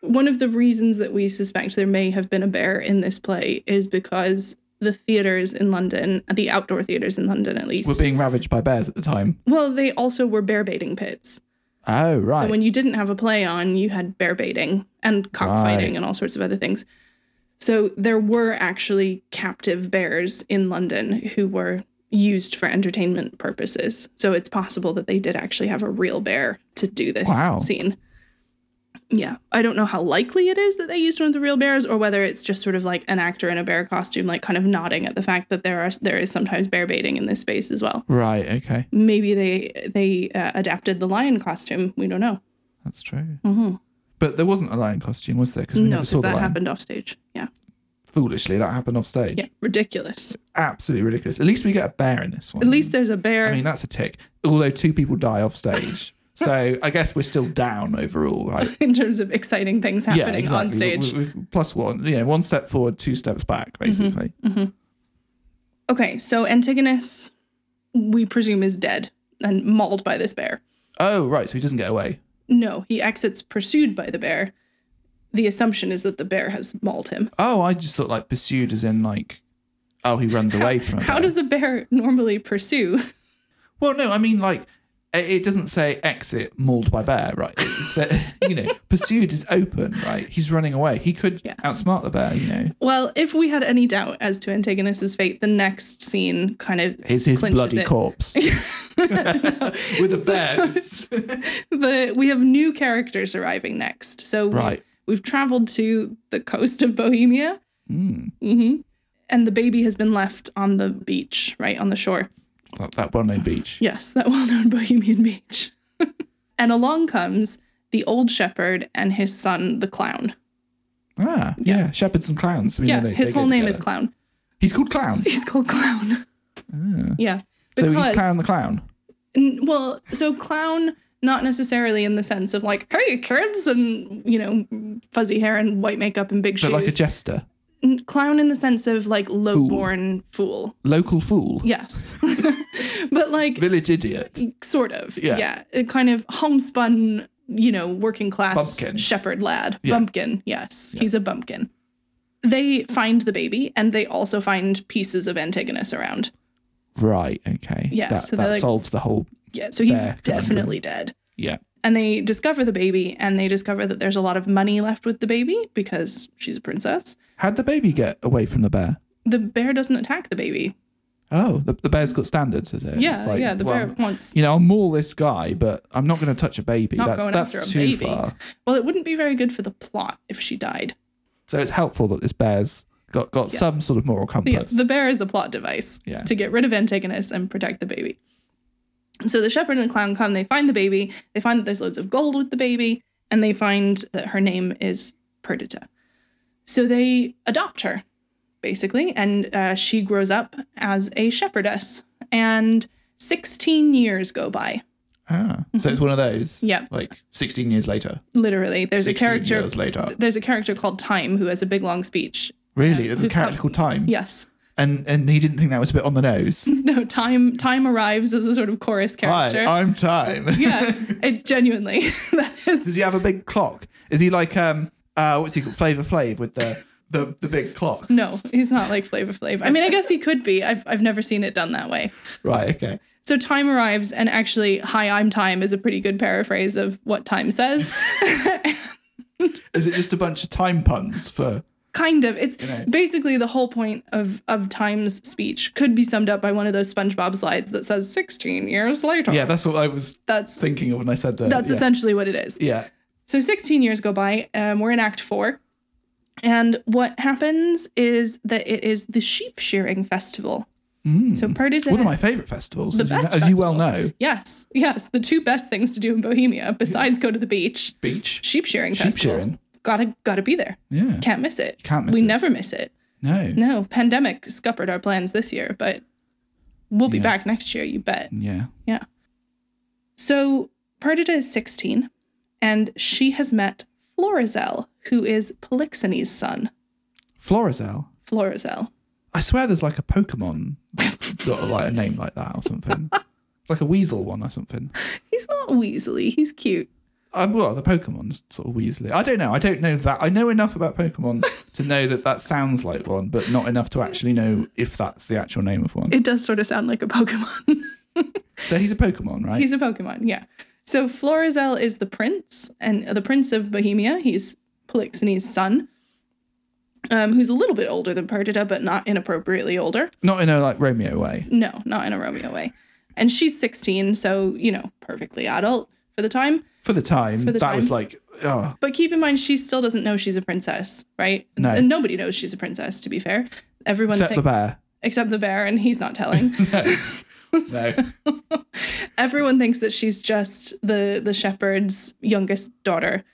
Speaker 2: One of the reasons that we suspect there may have been a bear in this play is because the theaters in London, the outdoor theaters in London at least,
Speaker 1: We're being ravaged by bears at the time.
Speaker 2: well, they also were bear baiting pits.
Speaker 1: Oh, right.
Speaker 2: So when you didn't have a play on, you had bear baiting and cockfighting
Speaker 1: Right.
Speaker 2: and all sorts of other things. So there were actually captive bears in London who were used for entertainment purposes. So it's possible that they did actually have a real bear to do this
Speaker 1: Wow.
Speaker 2: scene. Yeah. I don't know how likely it is that they used one of the real bears or whether it's just sort of like an actor in a bear costume like kind of nodding at the fact that there are there is sometimes bear baiting in this space as well.
Speaker 1: right. Okay.
Speaker 2: Maybe they they uh, adapted the lion costume. We don't know.
Speaker 1: That's true.
Speaker 2: Mm-hmm.
Speaker 1: But there wasn't a lion costume, was there? Because we
Speaker 2: No,
Speaker 1: never
Speaker 2: because
Speaker 1: saw
Speaker 2: that
Speaker 1: the lion.
Speaker 2: happened off stage. Yeah.
Speaker 1: Foolishly, that happened off stage.
Speaker 2: Yeah. Ridiculous.
Speaker 1: Absolutely ridiculous. At least we get a bear in this one.
Speaker 2: At least there's a bear.
Speaker 1: I mean, that's a tick. Although two people die off stage. so I guess we're still down overall, right?
Speaker 2: in terms of exciting things happening on stage. Mm-hmm.
Speaker 1: We- we- we- plus one, you know, one step forward, two steps back, basically.
Speaker 2: Okay, so Antigonus, we presume, is dead and mauled by this bear.
Speaker 1: Oh, right. So he doesn't get away.
Speaker 2: No, he exits pursued by the bear. The assumption is that the bear has mauled him.
Speaker 1: Oh, I just thought like pursued as in like, oh, he runs away from it.
Speaker 2: How does a bear normally pursue?
Speaker 1: Well, no, I mean like. It it doesn't say exit mauled by bear, right? It's, uh, you know, pursued is open, right? He's running away. He could outsmart the bear, you know.
Speaker 2: Well, if we had any doubt as to Antagonus's fate, the next scene kind of
Speaker 1: Is his
Speaker 2: clinches
Speaker 1: bloody
Speaker 2: it.
Speaker 1: corpse with a bear? just-
Speaker 2: the we have new characters arriving next. So we-
Speaker 1: Right.
Speaker 2: we've traveled to the coast of Bohemia. hmm And the baby has been left on the beach, right on the shore.
Speaker 1: Like that well-known beach.
Speaker 2: Yes, that well-known Bohemian beach. and along comes the old shepherd and his son, the clown.
Speaker 1: Ah, yeah. Shepherds and clowns. We know
Speaker 2: yeah,
Speaker 1: they-
Speaker 2: his
Speaker 1: they go
Speaker 2: whole name
Speaker 1: together.
Speaker 2: is Clown.
Speaker 1: He's called Clown.
Speaker 2: He's called Clown. Yeah,
Speaker 1: Ah. So
Speaker 2: because
Speaker 1: he's Clown the Clown.
Speaker 2: N- well so clown not necessarily in the sense of like hey kids and you know fuzzy hair and white makeup and big
Speaker 1: But like a
Speaker 2: shoes
Speaker 1: jester.
Speaker 2: N- clown in the sense of like low-born fool,
Speaker 1: Local fool.
Speaker 2: yes but like
Speaker 1: Village idiot.
Speaker 2: sort of
Speaker 1: Yeah.
Speaker 2: yeah a kind of homespun you know working class
Speaker 1: Bumpkin.
Speaker 2: shepherd lad
Speaker 1: Yeah.
Speaker 2: bumpkin yes he's a bumpkin they find the baby and they also find pieces of antigonus around
Speaker 1: Right, okay.
Speaker 2: Yeah,
Speaker 1: That,
Speaker 2: so they're
Speaker 1: that
Speaker 2: like-
Speaker 1: solves the whole
Speaker 2: yeah so he's
Speaker 1: Fair conundrum.
Speaker 2: definitely dead
Speaker 1: Yeah.
Speaker 2: And they discover the baby and they discover that there's a lot of money left with the baby because she's a princess.
Speaker 1: How'd the baby get away from the bear?
Speaker 2: The bear doesn't attack the baby.
Speaker 1: Oh, the, the bear's got standards, is it?
Speaker 2: Yeah,
Speaker 1: It's like,
Speaker 2: yeah, the
Speaker 1: well,
Speaker 2: bear wants.
Speaker 1: You know, I'll maul this guy, but I'm not going to touch a baby.
Speaker 2: Not
Speaker 1: that's
Speaker 2: going
Speaker 1: that's
Speaker 2: after a
Speaker 1: too
Speaker 2: baby.
Speaker 1: far.
Speaker 2: Well, it wouldn't be very good for the plot if she died.
Speaker 1: So it's helpful that this bear's got, got some sort of moral
Speaker 2: Yeah,
Speaker 1: compass.
Speaker 2: the bear is a plot device
Speaker 1: Yeah.
Speaker 2: to get rid of Antigonus and protect the baby. So the shepherd and the clown come, they find the baby, they find that there's loads of gold with the baby, and they find that her name is Perdita. So they adopt her, basically, and uh, she grows up as a shepherdess. And 16 years go by.
Speaker 1: ah, so it's one of those.
Speaker 2: Mm-hmm. Yeah.
Speaker 1: Like 16 years later.
Speaker 2: Literally, there's a
Speaker 1: 16
Speaker 2: character.
Speaker 1: years later.
Speaker 2: There's a character called Time who has a big long speech.
Speaker 1: Really? There's a
Speaker 2: who come-
Speaker 1: character called Time.
Speaker 2: Yes.
Speaker 1: And, and he didn't think that was a bit on the nose.
Speaker 2: No, Time Time arrives as a sort of chorus
Speaker 1: Hi,
Speaker 2: character.
Speaker 1: I'm Time.
Speaker 2: yeah, it genuinely. that is
Speaker 1: Does he have a big clock? Is he like um uh what's he called Flavor Flav with the the, the big clock?
Speaker 2: no, he's not like Flavor Flav. I mean, I guess he could be. I've I've never seen it done that way.
Speaker 1: Right, okay.
Speaker 2: So time arrives, and actually, "Hi, I'm time" is a pretty good paraphrase of what time says.
Speaker 1: Is it just a bunch of time puns for
Speaker 2: kind of. It's
Speaker 1: know.
Speaker 2: basically the whole point of of time's speech could be summed up by one of those SpongeBob slides that says "16 years later."
Speaker 1: Yeah, that's what I was
Speaker 2: that's
Speaker 1: thinking of when I said that.
Speaker 2: that's
Speaker 1: yeah.
Speaker 2: essentially what it is.
Speaker 1: yeah.
Speaker 2: So 16 years go by. Um, we're in Act Four. And what happens is that it is the sheep shearing festival.
Speaker 1: Mm.
Speaker 2: So Perdita.
Speaker 1: One of my favourite festivals,
Speaker 2: The
Speaker 1: as, you,
Speaker 2: best
Speaker 1: as you well
Speaker 2: festival.
Speaker 1: know.
Speaker 2: Yes, yes. The two best things to do in Bohemia, besides go to the beach,
Speaker 1: Beach.
Speaker 2: sheep shearing
Speaker 1: Sheep
Speaker 2: festival.
Speaker 1: shearing.
Speaker 2: Gotta gotta be there.
Speaker 1: Yeah.
Speaker 2: Can't miss it.
Speaker 1: Can't miss
Speaker 2: we
Speaker 1: it.
Speaker 2: never miss it.
Speaker 1: No.
Speaker 2: No, pandemic scuppered our plans this year, but we'll be
Speaker 1: Yeah.
Speaker 2: back next year, you bet.
Speaker 1: Yeah.
Speaker 2: Yeah. So Perdita is 16, and she has met Florizel, who is Polixenes' son.
Speaker 1: Florizel.
Speaker 2: Florizel.
Speaker 1: I swear there's like a Pokemon that's got like a name like that or something. It's like a weasel one or something.
Speaker 2: He's not Weasley. He's cute.
Speaker 1: Uh, well, the Pokemon's sort of Weasley. I don't know. I don't know that. I know enough about Pokemon to know that that sounds like one, but not enough to actually know if that's the actual name of one.
Speaker 2: It does sort of sound like a Pokemon.
Speaker 1: So he's a Pokemon, right?
Speaker 2: He's a Pokemon, yeah. So Florizel is the prince and the prince of Bohemia. He's Polixenes' son, um, who's a little bit older than Perdita, but not inappropriately older.
Speaker 1: Not in a like Romeo way.
Speaker 2: No, not in a Romeo way. And she's 16, so you know, perfectly adult for the time.
Speaker 1: For the time,
Speaker 2: For the
Speaker 1: that was
Speaker 2: time.
Speaker 1: like, oh,
Speaker 2: But keep in mind, she still doesn't know she's a princess, right?
Speaker 1: No.
Speaker 2: And nobody knows she's a princess. To be fair, everyone
Speaker 1: except the
Speaker 2: thinks
Speaker 1: bear.
Speaker 2: except the bear, and he's not telling.
Speaker 1: No, no.
Speaker 2: everyone thinks that she's just the the shepherd's youngest daughter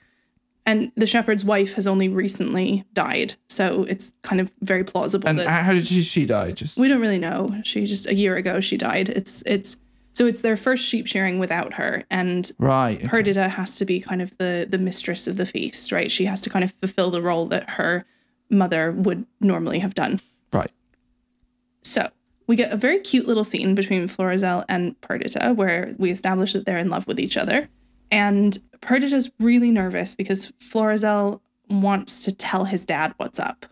Speaker 2: and the shepherd's wife has only recently died so it's kind of very plausible
Speaker 1: And
Speaker 2: that
Speaker 1: how did she, she die? Just
Speaker 2: we don't really know she just a year ago she died it's it's so it's their first sheep shearing without her and
Speaker 1: right. okay.
Speaker 2: perdita has to be kind of the the mistress of the feast right she has to kind of fulfill the role that her mother would normally have done
Speaker 1: Right.
Speaker 2: so we get a very cute little scene between Florizel and Perdita where we establish that they're in love with each other. And Perdita's really nervous because Florizel wants to tell his dad what's up.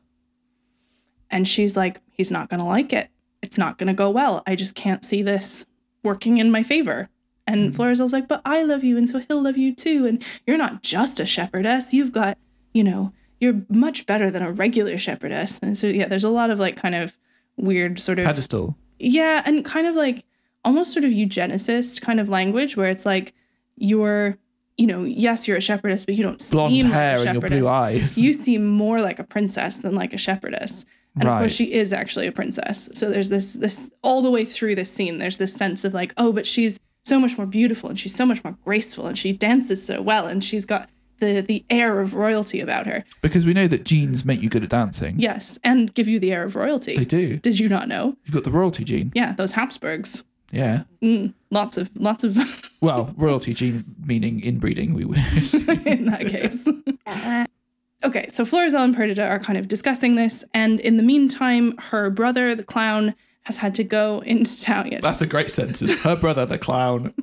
Speaker 2: And she's like, he's not going to like it. It's not going to go well. I just can't see this working in my favor. And Florizel's like, but I love you. And so he'll love you too. And you're not just a shepherdess. You've got, you know, you're much better than a regular shepherdess. And so, yeah, there's a lot of like kind of weird sort of.
Speaker 1: Pedestal.
Speaker 2: Yeah, and kind of like almost sort of eugenicist kind of language where it's like you're, you know, yes, you're a shepherdess, but you don't
Speaker 1: Blonde
Speaker 2: seem
Speaker 1: hair
Speaker 2: like a
Speaker 1: and your
Speaker 2: shepherdess.
Speaker 1: blue eyes.
Speaker 2: You seem more like a princess than like a shepherdess. And of
Speaker 1: Right.
Speaker 2: course she is actually a princess. So there's this this all the way through this scene, there's this sense of like, oh, but she's so much more beautiful and she's so much more graceful and she dances so well and she's got the the air of royalty about her.
Speaker 1: because we know that genes make you good at dancing.
Speaker 2: Yes, and give you the air of royalty.
Speaker 1: They do.
Speaker 2: Did you not know?
Speaker 1: You've got the royalty gene.
Speaker 2: Yeah, those Habsburgs.
Speaker 1: Yeah.
Speaker 2: Mm, lots of lots of
Speaker 1: Well, royalty gene meaning inbreeding, we wish.
Speaker 2: in that case. okay, so Florizel and Perdita are kind of discussing this, and in the meantime, her brother, the clown, has had to go into town. Yes,
Speaker 1: That's a great sentence. Her brother, the clown.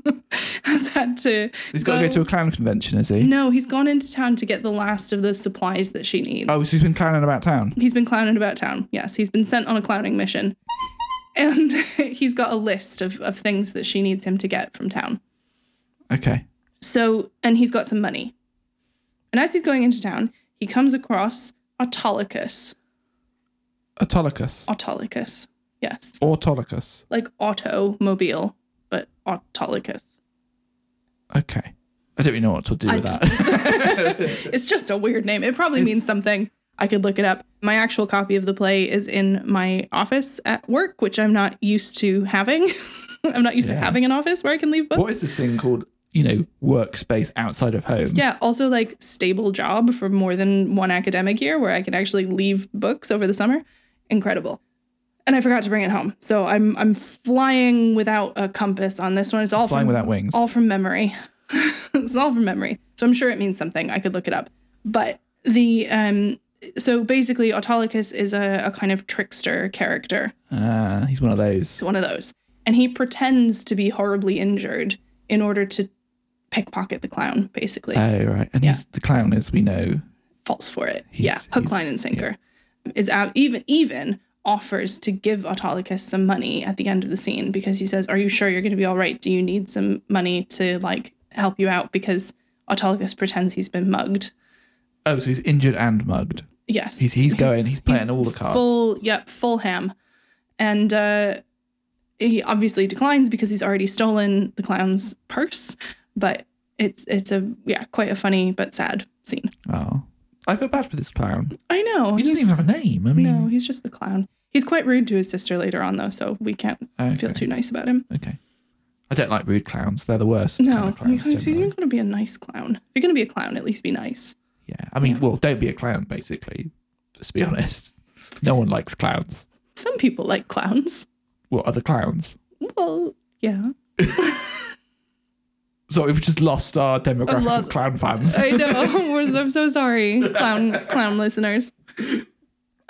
Speaker 2: has had to.
Speaker 1: He's got to go to a clown convention, is he?
Speaker 2: No, he's gone into town to get the last of the supplies that she needs.
Speaker 1: Oh, so he's been clowning about town.
Speaker 2: He's been clowning about town. Yes, he's been sent on a clowning mission. And he's got a list of, of things that she needs him to get from town.
Speaker 1: Okay.
Speaker 2: So, and he's got some money. And as he's going into town, he comes across Autolycus.
Speaker 1: Autolycus.
Speaker 2: Autolycus. Yes.
Speaker 1: Autolycus.
Speaker 2: Like automobile, but Autolycus.
Speaker 1: Okay. I don't really know what to do
Speaker 2: I
Speaker 1: with
Speaker 2: just-
Speaker 1: that.
Speaker 2: It's just a weird name. It probably means
Speaker 1: It's-
Speaker 2: something. I could look it up. My actual copy of the play is in my office at work, which I'm not used to having. I'm not used to
Speaker 1: Yeah.
Speaker 2: having an office where I can leave books.
Speaker 1: what is this thing called, you know, workspace outside of home?
Speaker 2: yeah, also like stable job for more than one academic year where I can actually leave books over the summer. Incredible. And I forgot to bring it home. So I'm I'm flying without a compass on this one. It's all
Speaker 1: Flying
Speaker 2: from,
Speaker 1: without wings.
Speaker 2: all from memory. it's all from memory. So I'm sure it means something. I could look it up. But the um so basically Autolycus is a, a kind of trickster character.
Speaker 1: Ah, he's one of
Speaker 2: It's
Speaker 1: those.
Speaker 2: one of those. And he pretends to be horribly injured in order to pickpocket the clown, basically.
Speaker 1: Oh, right. And he's the clown, as we know.
Speaker 2: falls for it.
Speaker 1: He's-
Speaker 2: yeah, hook,
Speaker 1: he's-
Speaker 2: line, and sinker. Is ab- even even offers to give Autolycus some money at the end of the scene because he says, "Are you sure you're going to be all right? Do you need some money to like help you out?" Because Autolycus pretends he's been mugged.
Speaker 1: Oh, so he's injured and mugged.
Speaker 2: Yes,
Speaker 1: He's he's going. He's playing all the cards.
Speaker 2: Full, yep, full ham, and uh, he obviously declines because he's already stolen the clown's purse. But it's it's a yeah, quite a funny but sad scene.
Speaker 1: Oh, I feel bad for this clown.
Speaker 2: I know.
Speaker 1: He doesn't
Speaker 2: Oh, he's-
Speaker 1: even have a name. I
Speaker 2: No,
Speaker 1: mean,
Speaker 2: he's just the clown. He's quite rude to his sister later on, though, so we can't
Speaker 1: okay.
Speaker 2: feel too nice about him.
Speaker 1: okay. I don't like rude clowns. They're the worst. kind
Speaker 2: No,
Speaker 1: of
Speaker 2: you
Speaker 1: clowns,
Speaker 2: guys, you're
Speaker 1: generally.
Speaker 2: going to be a nice clown. If you're going to be a clown, at least be nice.
Speaker 1: yeah. I mean, well, don't be a clown. Basically, let's be honest. No one likes clowns.
Speaker 2: Some people like clowns.
Speaker 1: What other clowns?
Speaker 2: Well, yeah.
Speaker 1: So we've just lost our demographic
Speaker 2: lost-
Speaker 1: of clown fans.
Speaker 2: I know. We're- I'm so sorry, clown clown listeners.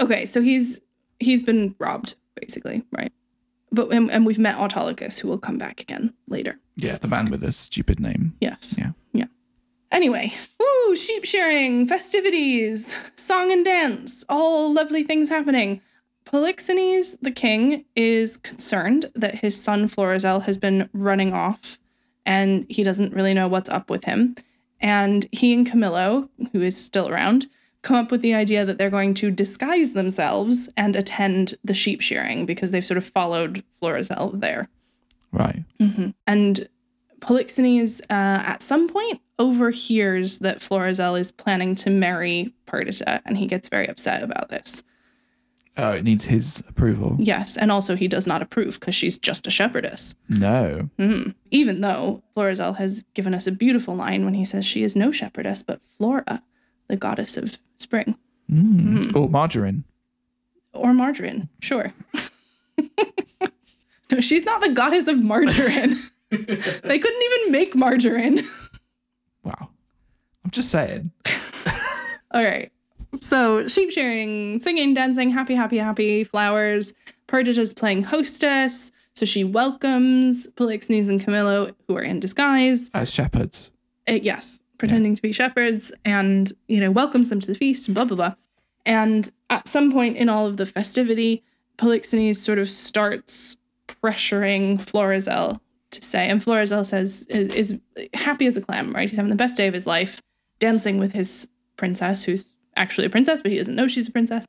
Speaker 2: Okay, so he's he's been robbed basically, right? But and, and we've met Autolycus, who will come back again later.
Speaker 1: yeah, the man with the stupid name.
Speaker 2: Yes.
Speaker 1: Yeah.
Speaker 2: Yeah. Anyway, woo, sheep shearing, festivities, song and dance, all lovely things happening. Polixenes, the king, is concerned that his son Florizel has been running off and he doesn't really know what's up with him. And he and Camillo, who is still around, come up with the idea that they're going to disguise themselves and attend the sheep shearing because they've sort of followed Florizel there.
Speaker 1: Right.
Speaker 2: And Polixenes uh, at some point overhears that Florizel is planning to marry Perdita, and he gets very upset about this.
Speaker 1: Oh, it needs his approval.
Speaker 2: Yes, and also he does not approve because she's just a shepherdess.
Speaker 1: No.
Speaker 2: Mhm. Even though Florizel has given us a beautiful line when he says she is no shepherdess but Flora, the goddess of spring, Mm-hmm.
Speaker 1: Mm. Or margarine.
Speaker 2: or margarine. Sure. no, she's not the goddess of margarine. they couldn't even make margarine.
Speaker 1: Wow. I'm just saying.
Speaker 2: All right. So sheep shearing, singing, dancing, happy, happy, happy, flowers. Perdita's playing hostess. So she welcomes Polixenes and Camillo, who are in disguise.
Speaker 1: As shepherds.
Speaker 2: Uh, yes, pretending to be shepherds, and you know welcomes them to the feast and blah blah blah. And at some point in all of the festivity, Polixenes sort of starts pressuring Florizel to say, and Florizel says is, is happy as a clam, right? He's having the best day of his life, dancing with his princess, who's actually a princess, but he doesn't know she's a princess.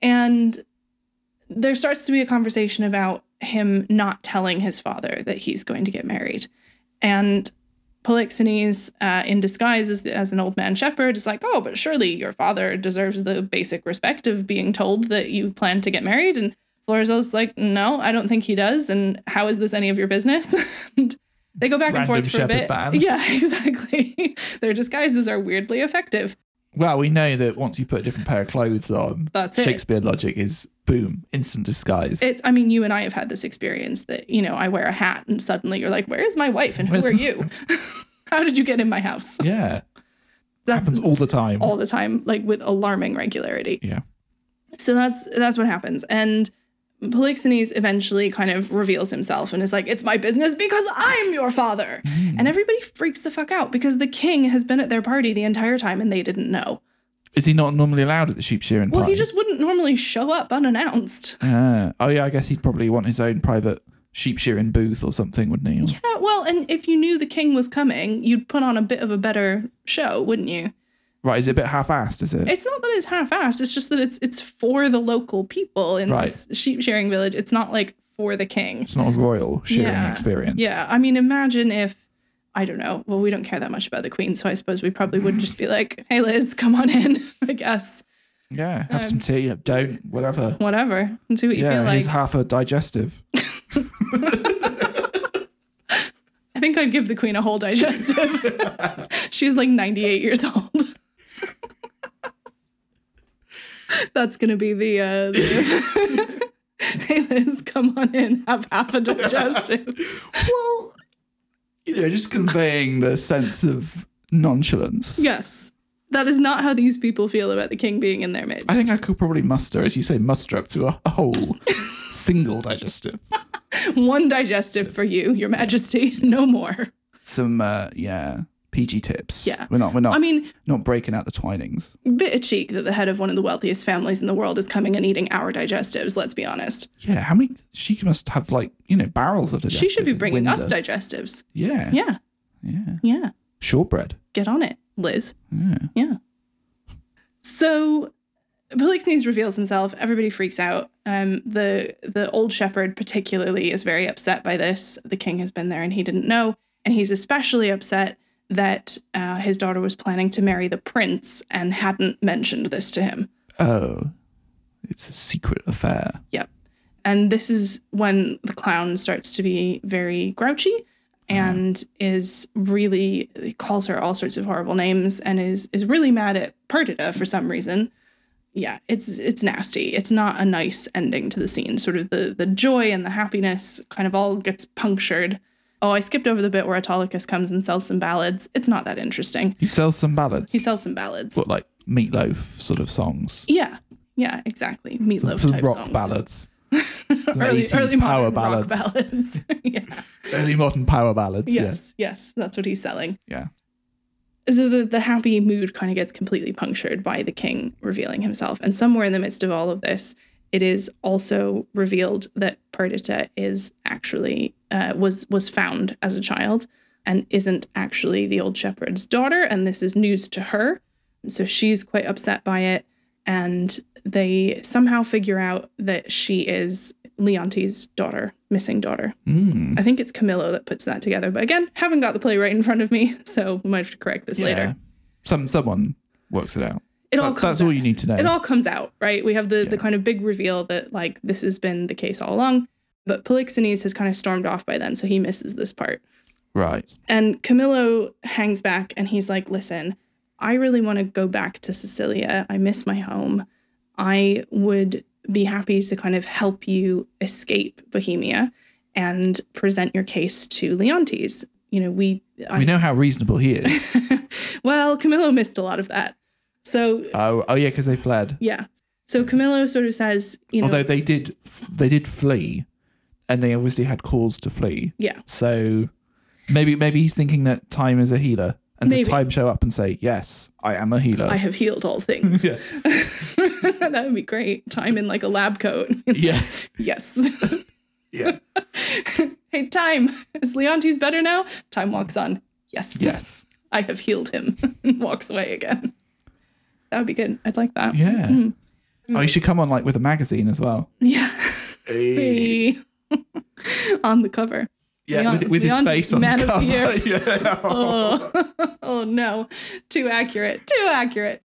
Speaker 2: And there starts to be a conversation about him not telling his father that he's going to get married. And Polixenes, uh, in disguise as, as an old man shepherd, is like, oh, but surely your father deserves the basic respect of being told that you plan to get married. And Florizel's like, no, I don't think he does. And how is this any of your business? and they go back
Speaker 1: Random
Speaker 2: and forth for a
Speaker 1: shepherd
Speaker 2: bit.
Speaker 1: ban.
Speaker 2: Yeah, exactly. Their disguises are weirdly effective.
Speaker 1: Well, we know that once you put a different pair of clothes on,
Speaker 2: That's it.
Speaker 1: Shakespeare logic is boom, instant disguise.
Speaker 2: It's, I mean, you and I have had this experience that, you know, I wear a hat and suddenly you're like, where is my wife and who
Speaker 1: Where's
Speaker 2: are
Speaker 1: my-
Speaker 2: you? How did you get in my house?
Speaker 1: yeah.
Speaker 2: That's
Speaker 1: Happens all the time.
Speaker 2: all the time, like with alarming regularity.
Speaker 1: Yeah.
Speaker 2: So that's that's what happens. And Polixenes eventually kind of reveals himself and is like, It's my business because I'm your father.
Speaker 1: Mm.
Speaker 2: And everybody freaks the fuck out because the king has been at their party the entire time and they didn't know.
Speaker 1: Is he not normally allowed at the sheep shearing
Speaker 2: Well,
Speaker 1: party?
Speaker 2: he just wouldn't normally show up unannounced.
Speaker 1: Ah. oh yeah, I guess he'd probably want his own private sheep shearing booth or something, wouldn't he? Or-
Speaker 2: Yeah, Uh, well, and if you knew the king was coming, you'd put on a bit of a better show, wouldn't you?
Speaker 1: Right, is it a bit half-assed? Is it?
Speaker 2: It's not that it's half-assed. It's just that it's it's for the local people in
Speaker 1: Right.
Speaker 2: this sheep shearing village. It's not like for the king.
Speaker 1: It's not a royal shearing
Speaker 2: Yeah.
Speaker 1: experience.
Speaker 2: Yeah, I mean, imagine if I don't know. Well, we don't care that much about the queen, so I suppose we probably would just be like, "Hey, Liz, come on in." I guess
Speaker 1: Yeah. Have
Speaker 2: Um,
Speaker 1: some tea. Don't. Whatever.
Speaker 2: whatever, and see what you
Speaker 1: yeah.
Speaker 2: feel like.
Speaker 1: Here's half a digestive.
Speaker 2: I think I'd give the queen a whole digestive. She's like 98 years old. That's gonna be the. Uh, the hey Liz, come on in. Have half a digestive.
Speaker 1: well, you know, just conveying the sense of nonchalance.
Speaker 2: yes, that is not how these people feel about the king being in their midst.
Speaker 1: I think I could probably muster, as you say, muster up to a whole single digestive.
Speaker 2: one digestive for you, Your Majesty, no more.
Speaker 1: Some, uh, yeah, PG tips.
Speaker 2: Yeah.
Speaker 1: We're not. We're not.
Speaker 2: I mean,
Speaker 1: not breaking out the twinings.
Speaker 2: bit of cheek that the head of one of the wealthiest families in the world is coming and eating our digestives. Let's be honest.
Speaker 1: Yeah. How many? She must have like you know barrels of digestive.
Speaker 2: She should be
Speaker 1: in
Speaker 2: bringing us
Speaker 1: Windsor.
Speaker 2: digestives.
Speaker 1: yeah.
Speaker 2: Yeah,
Speaker 1: Yeah.
Speaker 2: yeah.
Speaker 1: Shortbread.
Speaker 2: Get on it, Liz.
Speaker 1: Yeah.
Speaker 2: Yeah. So Polixenes reveals himself. Everybody freaks out. Um, the the old shepherd particularly is very upset by this. The king has been there and he didn't know, and he's especially upset that uh, his daughter was planning to marry the prince and hadn't mentioned this to him.
Speaker 1: Oh, it's a secret affair.
Speaker 2: Yep. And this is when the clown starts to be very grouchy and is really calls her all sorts of horrible names and is is really mad at Perdita for some reason. Yeah, it's it's nasty. It's not a nice ending to the scene. Sort of the the joy and the happiness kind of all gets punctured. Oh, I skipped over the bit where Autolycus comes and sells some ballads. It's not that interesting.
Speaker 1: He sells some ballads.
Speaker 2: He sells some ballads.
Speaker 1: what like meatloaf sort of songs.
Speaker 2: yeah. Yeah, exactly. Meatloaf
Speaker 1: Some
Speaker 2: type
Speaker 1: rock
Speaker 2: songs.
Speaker 1: ballads. Some
Speaker 2: early,
Speaker 1: 80s
Speaker 2: early
Speaker 1: power
Speaker 2: modern rock
Speaker 1: ballads.
Speaker 2: ballads. yeah.
Speaker 1: Early modern power ballads.
Speaker 2: Yes, yes, that's what he's selling.
Speaker 1: Yeah.
Speaker 2: So the, the happy mood kind of gets completely punctured by the king revealing himself. And somewhere in the midst of all of this, it is also revealed that Perdita is actually uh, was was found as a child and isn't actually the old shepherd's daughter. And this is news to her. So she's quite upset by it. And they somehow figure out that she is Leonti's daughter, missing daughter.
Speaker 1: Mm.
Speaker 2: I think it's Camillo that puts that together. But again, haven't got the play right in front of me. So we might have to correct this
Speaker 1: Yeah.
Speaker 2: later.
Speaker 1: Some someone works it out.
Speaker 2: It all
Speaker 1: That's,
Speaker 2: comes
Speaker 1: that's all you need to know.
Speaker 2: it all comes out, right? We have the
Speaker 1: Yeah.
Speaker 2: the kind of big reveal that like this has been the case all along, but Polixenes has kind of stormed off by then, so he misses this part.
Speaker 1: right.
Speaker 2: And Camillo hangs back and he's like, "Listen, I really want to go back to Sicilia. I miss my home. I would be happy to kind of help you escape Bohemia and present your case to Leontes. You know, we I
Speaker 1: we know how reasonable he is.
Speaker 2: well, Camillo missed a lot of that. So,
Speaker 1: oh, oh yeah, because they fled.
Speaker 2: yeah. So Camillo sort of says, you know,
Speaker 1: Although they did, f- they did flee, and they obviously had cause to flee.
Speaker 2: yeah.
Speaker 1: So maybe maybe he's thinking that time is a healer. And does
Speaker 2: Maybe.
Speaker 1: time show up and say, Yes, I am a healer?
Speaker 2: I have healed all things.
Speaker 1: Yeah.
Speaker 2: that would be great. Time in like a lab coat.
Speaker 1: yeah.
Speaker 2: yes.
Speaker 1: Yeah.
Speaker 2: hey, time. Is Leontes better now? Time walks on. Yes.
Speaker 1: yes.
Speaker 2: I have healed him. walks away again. That would be good. I'd like that. Mm.
Speaker 1: Yeah. Oh, you should come on like with a magazine as well.
Speaker 2: Yeah. Hey. on the cover.
Speaker 1: Yeah, with, with his
Speaker 2: Leon-
Speaker 1: face on
Speaker 2: Man
Speaker 1: the
Speaker 2: of the
Speaker 1: cover.
Speaker 2: Year.
Speaker 1: yeah.
Speaker 2: oh, oh no. Too accurate. Too accurate.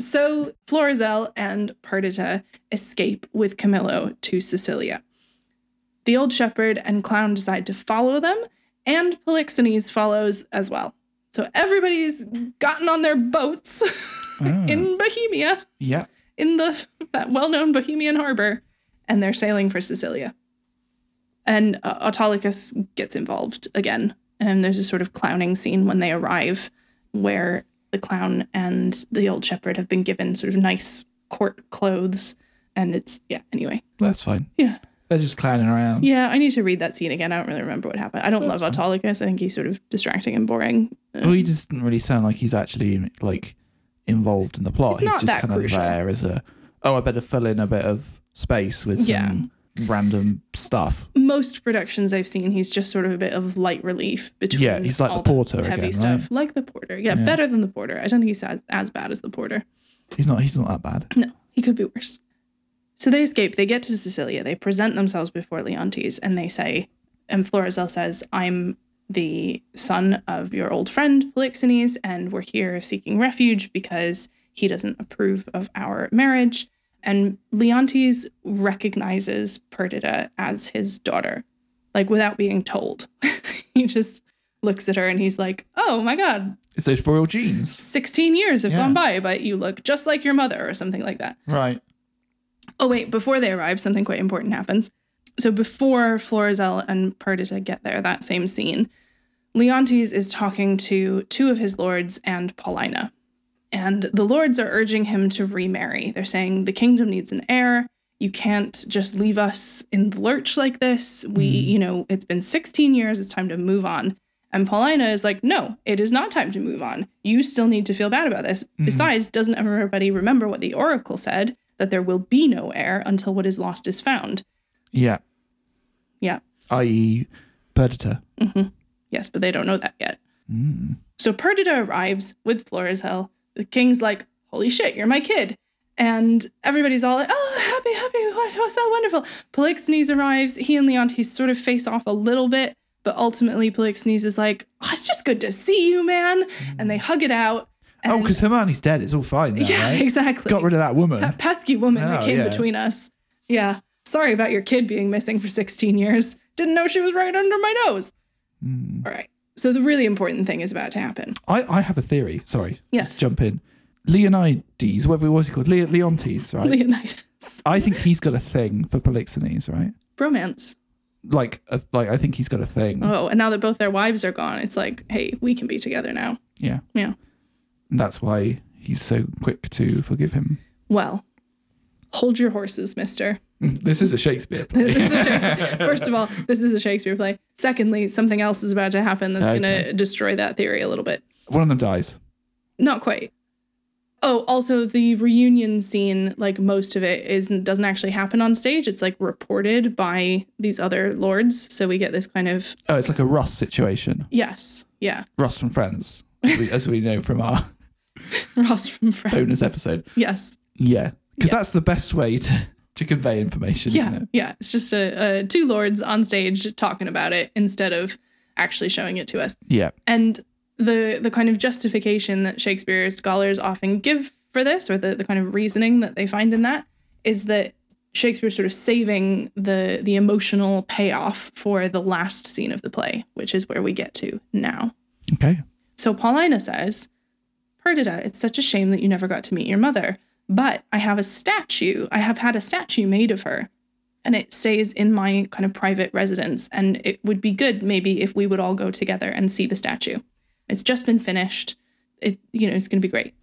Speaker 2: So Florizel and Perdita escape with Camillo to Sicilia. The old shepherd and clown decide to follow them, and Polixenes follows as well. So everybody's gotten on their boats
Speaker 1: Ah,
Speaker 2: in Bohemia,
Speaker 1: yeah.
Speaker 2: in the that well-known Bohemian harbor, and they're sailing for Sicilia. And uh, Autolycus gets involved again, and there's a sort of clowning scene when they arrive, where the clown and the old shepherd have been given sort of nice court clothes, and it's yeah. Anyway,
Speaker 1: That's fine.
Speaker 2: Yeah.
Speaker 1: They're just clowning around.
Speaker 2: yeah, I need to read that scene again. I don't really remember what happened. I don't
Speaker 1: That's
Speaker 2: love Autolycus. I think he's sort of distracting and boring.
Speaker 1: Well, he just doesn't really sound like he's actually like involved in the plot.
Speaker 2: He's
Speaker 1: He's,
Speaker 2: not
Speaker 1: just
Speaker 2: that
Speaker 1: kind
Speaker 2: crucial.
Speaker 1: of there as a oh, I better fill in a bit of space with some
Speaker 2: Yeah.
Speaker 1: random stuff.
Speaker 2: most productions I've seen, he's just sort of a bit of light relief between.
Speaker 1: Yeah, he's like the
Speaker 2: all
Speaker 1: porter
Speaker 2: heavy
Speaker 1: again,
Speaker 2: stuff, like the porter. Yeah,
Speaker 1: Yeah.
Speaker 2: better than the porter. I don't think he's as, as bad as the porter.
Speaker 1: He's not he's not that bad.
Speaker 2: No, he could be worse. So they escape. They get to Sicilia. They present themselves before Leontes, and they say, and Florizel says, "I'm the son of your old friend Polixenes, and we're here seeking refuge because he doesn't approve of our marriage." And Leontes recognizes Perdita as his daughter, like without being told. he just looks at her and he's like, "Oh my god,
Speaker 1: It's those royal genes.
Speaker 2: 16 years have
Speaker 1: Yeah.
Speaker 2: gone by, but you look just like your mother," or something like that.
Speaker 1: Right.
Speaker 2: Oh, wait, before they arrive, something quite important happens. So before Florizel and Perdita get there, that same scene, Leontes is talking to two of his lords and Paulina. And the lords are urging him to remarry. They're saying the kingdom needs an heir. You can't just leave us in the lurch like this. We,
Speaker 1: Mhm.
Speaker 2: you know, it's been 16 years. It's time to move on. And Paulina is like, no, it is not time to move on. You still need to feel bad about this.
Speaker 1: Mhm.
Speaker 2: Besides, doesn't everybody remember what the oracle said that there will be no heir until what is lost is found?
Speaker 1: Yeah.
Speaker 2: Yeah.
Speaker 1: I.e. Perdita.
Speaker 2: Mm-hmm. Yes, but they don't know that yet.
Speaker 1: Mm.
Speaker 2: So Perdita arrives with Florizel. The king's like, holy shit, you're my kid. And everybody's all like, oh, happy, happy, what, what's so wonderful. Polixenes arrives. He and Leontes sort of face off a little bit, but ultimately Polixenes is like, oh, it's just good to see you, man. And they hug it out.
Speaker 1: Oh,
Speaker 2: and-
Speaker 1: because Hermione's dead. It's all fine now,
Speaker 2: yeah,
Speaker 1: right?
Speaker 2: exactly.
Speaker 1: Got rid of that woman.
Speaker 2: that pesky woman that
Speaker 1: Oh,
Speaker 2: came
Speaker 1: yeah.
Speaker 2: between us. Yeah. Sorry about your kid being missing for 16 years. Didn't know she was right under my nose.
Speaker 1: Mm.
Speaker 2: All right. So the really important thing is about to happen.
Speaker 1: I, I have a theory. Sorry.
Speaker 2: Yes.
Speaker 1: Just jump in. Leonides, whatever he was called, Le- Leontes, right?
Speaker 2: Leonidas.
Speaker 1: I think he's got a thing for Polixenes, right?
Speaker 2: Bromance.
Speaker 1: Like, a, like I think he's got a thing.
Speaker 2: Oh, and now that both their wives are gone, it's like, hey, we can be together now.
Speaker 1: Yeah.
Speaker 2: Yeah.
Speaker 1: And that's why he's so quick to forgive him.
Speaker 2: Well, hold your horses, mister.
Speaker 1: This is a Shakespeare play.
Speaker 2: This is a Shakespeare- First of all, this is a Shakespeare play. Secondly, something else is about to happen that's going
Speaker 1: Okay.
Speaker 2: to destroy that theory a little bit.
Speaker 1: One of them dies.
Speaker 2: Not quite. Oh, also the reunion scene, like most of it is doesn't actually happen on stage. It's like reported by these other lords, so we get this kind of
Speaker 1: Oh, it's like a Ross situation.
Speaker 2: yes, yeah,
Speaker 1: Ross from Friends, as we, as we know from our
Speaker 2: Ross from Friends.
Speaker 1: bonus episode.
Speaker 2: Yes,
Speaker 1: Yeah, because
Speaker 2: Yeah.
Speaker 1: that's the best way to, to convey information,
Speaker 2: yeah,
Speaker 1: isn't it?
Speaker 2: yeah. It's just a, a two lords on stage talking about it instead of actually showing it to us.
Speaker 1: Yeah.
Speaker 2: and the the kind of justification that Shakespeare scholars often give for this, or the, the kind of reasoning that they find in that, is that Shakespeare's sort of saving the the emotional payoff for the last scene of the play, which is where we get to now.
Speaker 1: Okay.
Speaker 2: So Paulina says, Perdita, it's such a shame that you never got to meet your mother, but I have a statue. I have had a statue made of her, and it stays in my kind of private residence. And it would be good maybe if we would all go together and see the statue. It's just been finished. It you know it's going to be great.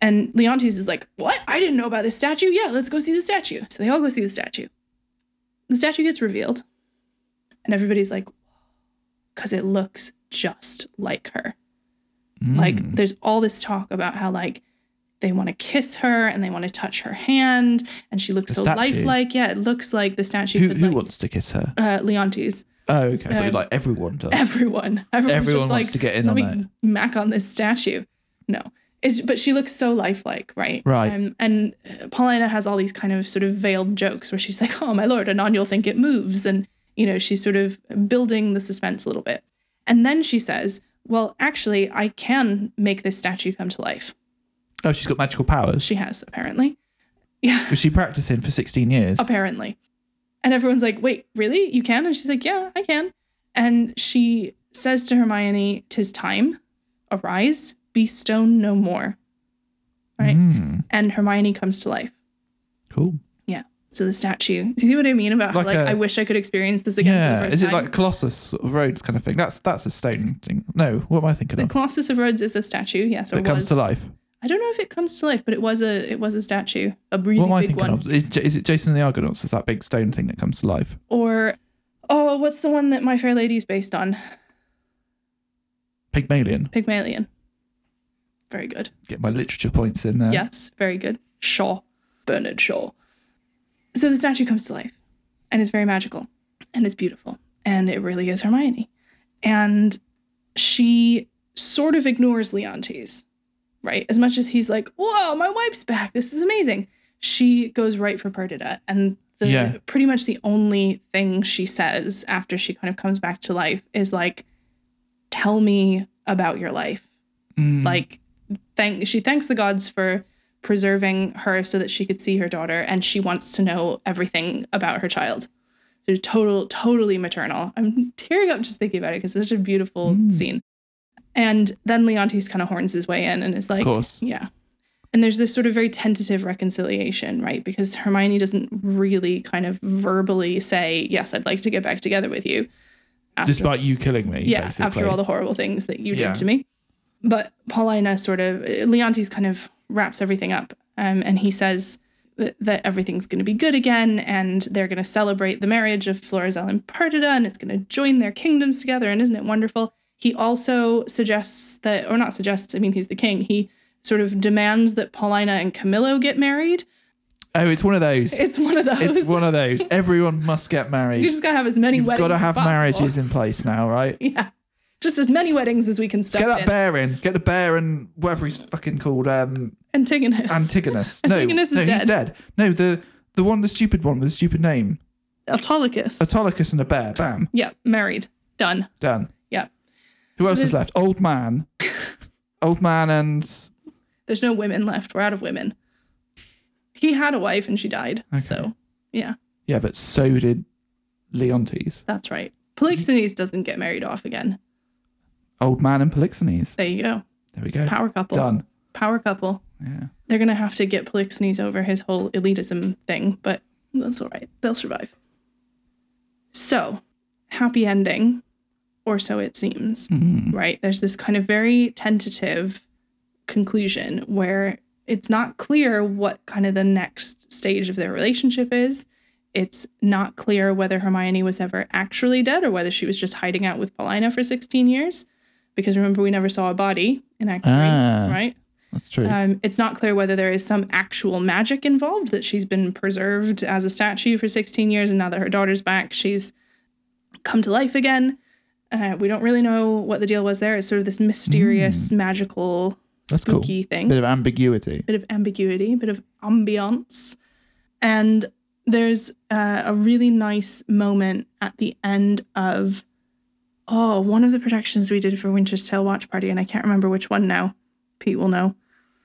Speaker 2: And Leontes is like, "What? I didn't know about this statue. Yeah, let's go see the statue." So they all go see the statue. The statue gets revealed, and everybody's like, "Cause it looks just like her."
Speaker 1: Mm. Hmm.
Speaker 2: Like there's all this talk about how like they want to kiss her and they want to touch her hand and she looks
Speaker 1: The
Speaker 2: so
Speaker 1: statue.
Speaker 2: lifelike. Yeah, it looks like the statue
Speaker 1: who
Speaker 2: could
Speaker 1: who
Speaker 2: like
Speaker 1: wants to kiss her?
Speaker 2: uh Leontes.
Speaker 1: Oh, okay. I thought you
Speaker 2: um,
Speaker 1: like everyone does.
Speaker 2: Everyone. Everyone's
Speaker 1: everyone
Speaker 2: just
Speaker 1: wants
Speaker 2: like
Speaker 1: to get in
Speaker 2: let
Speaker 1: on
Speaker 2: me
Speaker 1: it.
Speaker 2: mac on this statue. No. It's, but she looks so lifelike, right?
Speaker 1: Right.
Speaker 2: Um, and uh, Paulina has all these kind of sort of veiled jokes where she's like, "Oh my lord, anon you'll think it moves," and you know she's sort of building the suspense a little bit. And then she says, "Well, actually, I can make this statue come to life."
Speaker 1: Oh, she's got magical powers.
Speaker 2: She has, apparently. Yeah,
Speaker 1: was she practicing for 16 years?
Speaker 2: apparently. And everyone's like, wait, really? You can? And she's like, yeah, I can. And she says to Hermione, "'Tis time. Arise, be stone no more. Right?
Speaker 1: Mm,
Speaker 2: And Hermione comes to life.
Speaker 1: cool.
Speaker 2: So the statue. Do you see what I mean about how,
Speaker 1: Like
Speaker 2: like,
Speaker 1: a-
Speaker 2: I wish I could experience this again for
Speaker 1: Yeah.
Speaker 2: the first
Speaker 1: Is it
Speaker 2: time?
Speaker 1: like Colossus sort of Rhodes kind of thing? That's that's a stone thing. No, what am I thinking
Speaker 2: the
Speaker 1: of?
Speaker 2: Colossus of Rhodes is a statue, yes, or
Speaker 1: That comes
Speaker 2: was.
Speaker 1: to life.
Speaker 2: I don't know if it comes to life, but it was a it was a statue, a really
Speaker 1: What am I
Speaker 2: big
Speaker 1: thinking
Speaker 2: one.
Speaker 1: of? Is, J- is it Jason and the Argonauts? Is that big stone thing that comes to life?
Speaker 2: Or oh, what's the one that My Fair Lady is based on?
Speaker 1: Pygmalion.
Speaker 2: Pygmalion. Very good.
Speaker 1: Get my literature points in there.
Speaker 2: Yes, very good. Shaw, Bernard Shaw. So the statue comes to life and it's very magical and it's beautiful and it really is Hermione. And she sort of ignores Leontes, right? As much as he's like, whoa, my wipe's back. This is amazing. She goes right for Perdita. And the,
Speaker 1: Yeah.
Speaker 2: pretty much the only thing she says after she kind of comes back to life is like, tell me about your life
Speaker 1: Mm,
Speaker 2: like thank she thanks the gods for preserving her so that she could see her daughter and she wants to know everything about her child so total totally maternal i'm tearing up just thinking about it because it's such a beautiful
Speaker 1: Mm.
Speaker 2: scene and then leontes kind of horns his way in and is
Speaker 1: of
Speaker 2: like
Speaker 1: course.
Speaker 2: yeah and there's this sort of very tentative reconciliation right because hermione doesn't really kind of verbally say yes i'd like to get back together with you after
Speaker 1: Despite you killing me.
Speaker 2: yeah,
Speaker 1: basically.
Speaker 2: after all the horrible things that you did
Speaker 1: Yeah.
Speaker 2: to me. But Paulina sort of, Leontes kind of wraps everything up um, and he says that, that everything's going to be good again and they're going to celebrate the marriage of Florizel and Perdita and it's going to join their kingdoms together and isn't it wonderful? He also suggests that, or not suggests, I mean, he's the king. He sort of demands that Paulina and Camillo get married.
Speaker 1: Oh, it's one of those. It's,
Speaker 2: It's one of those.
Speaker 1: one of those. Everyone must get married.
Speaker 2: you just got to have as many
Speaker 1: You've
Speaker 2: weddings
Speaker 1: got to
Speaker 2: as
Speaker 1: have
Speaker 2: possible.
Speaker 1: marriages in place now, right?
Speaker 2: Yeah. Just as many weddings as we can stuff
Speaker 1: Get
Speaker 2: in.
Speaker 1: that bear in. Get the bear and whatever he's fucking called. Um,
Speaker 2: Antigonus.
Speaker 1: Antigonus. No,
Speaker 2: Antigonus is
Speaker 1: no, he's
Speaker 2: dead.
Speaker 1: dead. No, the the one, the stupid one with the stupid name.
Speaker 2: Autolycus.
Speaker 1: Autolycus and a bear. Bam,
Speaker 2: yeah, married. Done.
Speaker 1: done.
Speaker 2: Yeah.
Speaker 1: Who
Speaker 2: So
Speaker 1: else is
Speaker 2: there's-
Speaker 1: left? Old man. Old man and
Speaker 2: There's no women left. We're out of women. He had a wife and she died. So, yeah,
Speaker 1: yeah, but so did Leontes.
Speaker 2: that's right. Polixenes doesn't get married off again.
Speaker 1: Old man and Polixenes.
Speaker 2: There you go.
Speaker 1: There we go.
Speaker 2: Power couple.
Speaker 1: Done.
Speaker 2: Power couple.
Speaker 1: Yeah.
Speaker 2: They're going to have to get Polixenes over his whole elitism thing, but that's all right. They'll survive. So, happy ending, or so it seems.
Speaker 1: Mm.
Speaker 2: right? There's this kind of very tentative conclusion where it's not clear what kind of the next stage of their relationship is. It's not clear whether Hermione was ever actually dead or whether she was just hiding out with Paulina for 16 years. Because remember, we never saw a body in Act 3,
Speaker 1: Ah.
Speaker 2: right?
Speaker 1: That's true.
Speaker 2: Um, it's not clear whether there is some actual magic involved that she's been preserved as a statue for 16 years, and now that her daughter's back, she's come to life again. Uh, we don't really know what the deal was there. It's sort of this mysterious, magical,
Speaker 1: Hmm. That's cool.
Speaker 2: spooky thing.
Speaker 1: Bit of ambiguity.
Speaker 2: bit of ambiguity, bit of ambiance. And there's uh, a really nice moment at the end of, oh, one of the productions we did for Winter's Tale Watch Party, and I can't remember which one now. Pete will know.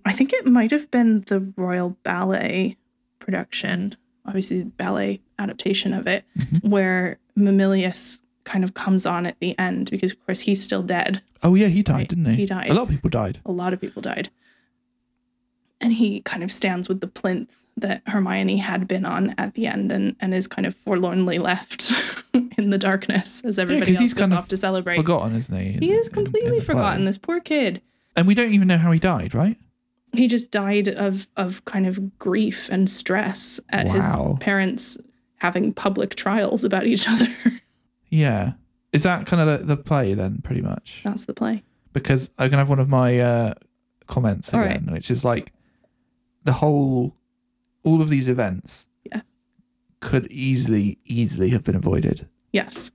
Speaker 2: I think it might have been the Royal Ballet production, obviously the ballet adaptation of it, where Mamilius kind of comes on at the end because, of course, he's still dead
Speaker 1: Oh yeah, he died,
Speaker 2: Right.
Speaker 1: didn't he?
Speaker 2: He died.
Speaker 1: A lot of people died.
Speaker 2: a lot of people died. And he kind of stands with the plinth that Hermione had been on at the end and, and is kind of forlornly left in the darkness as everybody
Speaker 1: 'cause
Speaker 2: else
Speaker 1: he's
Speaker 2: goes
Speaker 1: kind of
Speaker 2: off to celebrate.
Speaker 1: Forgotten, isn't he? in-
Speaker 2: he is
Speaker 1: in- in
Speaker 2: completely
Speaker 1: the play?
Speaker 2: forgotten, this poor kid.
Speaker 1: And we don't even know how he died, right?
Speaker 2: He just died of of kind of grief and stress at his
Speaker 1: Wow.
Speaker 2: parents having public trials about each other.
Speaker 1: Yeah. Is that kind of the, the play then, pretty much?
Speaker 2: That's the play.
Speaker 1: Because I'm gonna have one of my uh, comments
Speaker 2: All
Speaker 1: again, which is like the whole, all of these events
Speaker 2: Yes.
Speaker 1: could easily, easily have been avoided,
Speaker 2: Yes.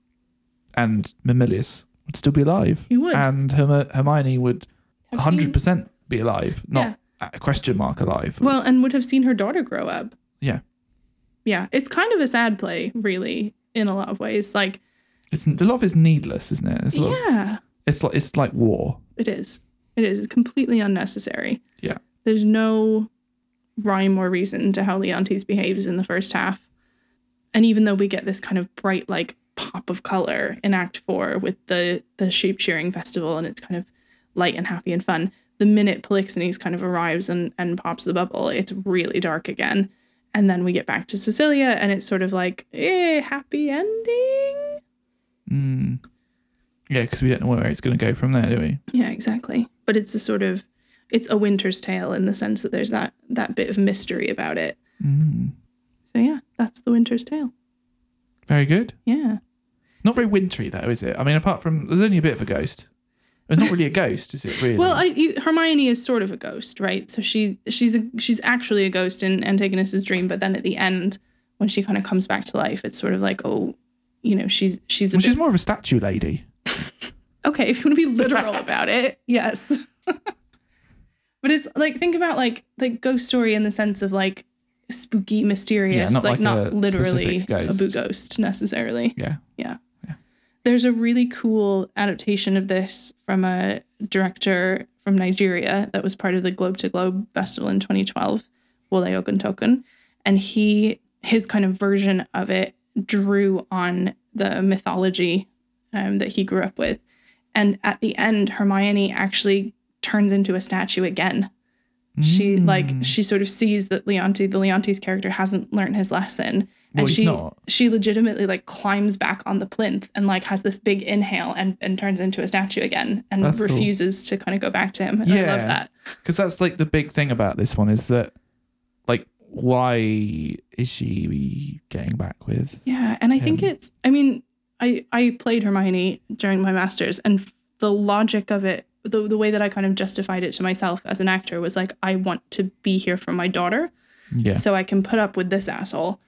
Speaker 1: and Mamilius would still be alive.
Speaker 2: He would.
Speaker 1: and Herm- Hermione would
Speaker 2: Have
Speaker 1: 100 percent be alive, not a question mark alive.
Speaker 2: Well, and would have seen her daughter grow up.
Speaker 1: yeah,
Speaker 2: Yeah. It's kind of a sad play, really, in a lot of ways. Like
Speaker 1: it's a lot of it's needless, isn't it? It's, a lot of-
Speaker 2: Yeah,
Speaker 1: it's like it's like war.
Speaker 2: it is. It is completely unnecessary.
Speaker 1: Yeah.
Speaker 2: There's no rhyme or reason to how Leontes behaves in the first half. And even though we get this kind of bright like pop of color in act 4 with the the sheep shearing festival and it's kind of light and happy and fun, the minute Polixenes kind of arrives and and pops the bubble, it's really dark again. And then we get back to Cecilia and it's sort of like, eh, happy ending.
Speaker 1: Mm. Yeah, because we don't know where it's going to go from there, do we?
Speaker 2: Yeah, exactly. But it's a sort of it's a winter's tale in the sense that there's that that bit of mystery about it.
Speaker 1: Mm.
Speaker 2: So yeah, that's the winter's tale.
Speaker 1: Very good.
Speaker 2: Yeah.
Speaker 1: Not very wintry though, is it? I mean, apart from there's only a bit of a ghost. It's not really a ghost, is it? Really?
Speaker 2: Well, I, you, Hermione is sort of a ghost, right? So she she's a, she's actually a ghost in Antagonist's dream, but then at the end when she kind of comes back to life, it's sort of like oh, you know, she's she's a
Speaker 1: well, she's
Speaker 2: bit-
Speaker 1: more of a statue lady.
Speaker 2: okay if you want to be literal about it, yes. but it's like think about like like ghost story in the sense of like spooky, mysterious,
Speaker 1: Yeah, not
Speaker 2: like,
Speaker 1: like
Speaker 2: not
Speaker 1: a
Speaker 2: literally
Speaker 1: specific ghost.
Speaker 2: a boo ghost necessarily.
Speaker 1: Yeah.
Speaker 2: There's a really cool adaptation of this from a director from Nigeria that was part of the Globe to Globe Festival in 2012, Wole Oguntokun, and he his kind of version of it drew on the mythology um, that he grew up with, and at the end, Hermione actually turns into a statue again she like
Speaker 1: Mm.
Speaker 2: she sort of sees that Leonti, the Leonti's character, hasn't learned his lesson,
Speaker 1: Well,
Speaker 2: and
Speaker 1: he's
Speaker 2: she
Speaker 1: not.
Speaker 2: she legitimately like climbs back on the plinth and like has this big inhale and and turns into a statue again and
Speaker 1: That's cool.
Speaker 2: refuses to kind of go back to him. And I
Speaker 1: Yeah.
Speaker 2: love that.
Speaker 1: Because that's like the big thing about this one is that, like, why is she getting back with?
Speaker 2: Yeah, and I think
Speaker 1: Um,
Speaker 2: it's. I mean, I I played Hermione during my masters, and f- the logic of it, the the way that I kind of justified it to myself as an actor was like, I want to be here for my daughter.
Speaker 1: Yeah.
Speaker 2: so I can put up with this asshole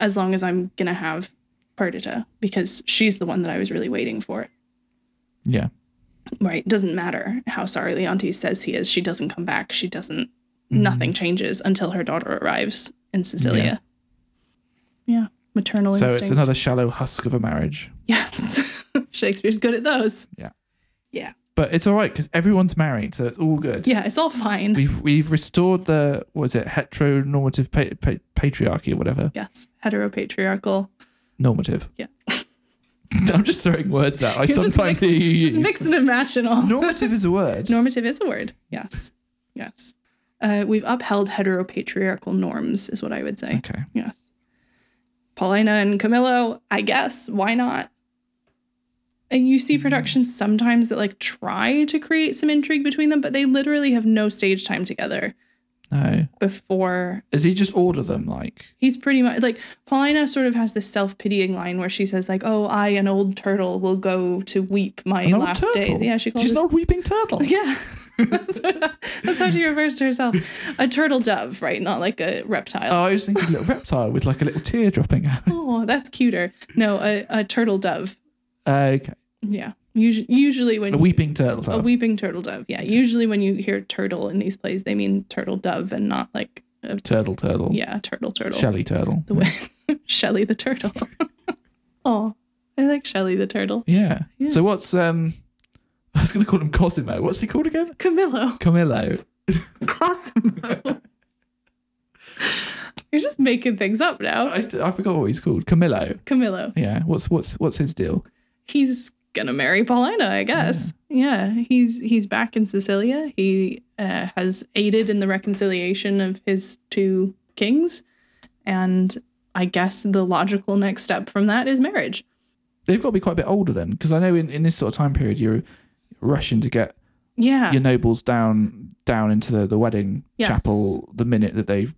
Speaker 2: as long as I'm gonna have Perdita because she's the one that I was really waiting for.
Speaker 1: Yeah.
Speaker 2: Right? Doesn't matter how sorry Leontes says he is. She doesn't come back. She doesn't.
Speaker 1: Mm-hmm.
Speaker 2: Nothing changes until her daughter arrives in Sicilia. Yeah, maternal
Speaker 1: Hmm. So
Speaker 2: instinct.
Speaker 1: it's another shallow husk of a marriage.
Speaker 2: yes, Shakespeare's good at those.
Speaker 1: But it's all right because everyone's married, so it's all good.
Speaker 2: Yeah, it's all fine.
Speaker 1: We've we've restored the what is it heteronormative pa- pa- patriarchy or whatever
Speaker 2: yes, heteropatriarchal.
Speaker 1: normative.
Speaker 2: Yeah.
Speaker 1: I'm just throwing words out. I
Speaker 2: You're just
Speaker 1: sometimes
Speaker 2: mixing-
Speaker 1: use.
Speaker 2: Just mixing and matching all.
Speaker 1: normative is a word.
Speaker 2: Normative is a word. Yes. Yes. Uh, we've upheld heteropatriarchal norms, is what I would say.
Speaker 1: Okay.
Speaker 2: Yes. Paulina and Camillo, I guess. Why not? And you
Speaker 1: Mm.
Speaker 2: see productions sometimes that like try to create some intrigue between them, but they literally have no stage time together.
Speaker 1: No.
Speaker 2: before
Speaker 1: Does he just order them like?
Speaker 2: he's pretty much like Paulina sort of has this self-pitying line where she says like, "Oh, I an old turtle will go to weep my
Speaker 1: An old
Speaker 2: last
Speaker 1: turtle?
Speaker 2: day." Yeah, she calls
Speaker 1: She's
Speaker 2: her-
Speaker 1: not a weeping turtle.
Speaker 2: Yeah. that's, what- that's how she refers to herself. A turtle dove, right? Not like a reptile.
Speaker 1: Oh, I was thinking a little reptile with like a little tear dropping out.
Speaker 2: Oh, that's cuter. No, a, a turtle dove.
Speaker 1: Uh, okay.
Speaker 2: Yeah. Usually, usually when
Speaker 1: A weeping turtle.
Speaker 2: a
Speaker 1: dove.
Speaker 2: weeping turtle dove. Yeah. Usually when you hear turtle in these plays, they mean turtle dove and not like a,
Speaker 1: turtle turtle.
Speaker 2: yeah, a turtle turtle.
Speaker 1: Shelly turtle.
Speaker 2: The way Shelly the turtle. oh, I like Shelly the turtle.
Speaker 1: Yeah.
Speaker 2: Yeah.
Speaker 1: So what's um? I was going to call him Cosimo. What's he called again?
Speaker 2: Camillo.
Speaker 1: Camillo.
Speaker 2: Cosimo. You're just making things up now.
Speaker 1: I, I forgot what he's called. Camillo.
Speaker 2: Camillo.
Speaker 1: Yeah. What's what's what's his deal?
Speaker 2: he's gonna marry Paulina, I guess. Yeah, he's he's back in Sicilia. He uh, has aided in the reconciliation of his two kings, and I guess the logical next step from that is marriage.
Speaker 1: They've got to be quite a bit older then, because I know in, in this sort of time period you're rushing to get
Speaker 2: Yeah,
Speaker 1: your nobles down down into the, the wedding
Speaker 2: Yes.
Speaker 1: chapel the minute that they've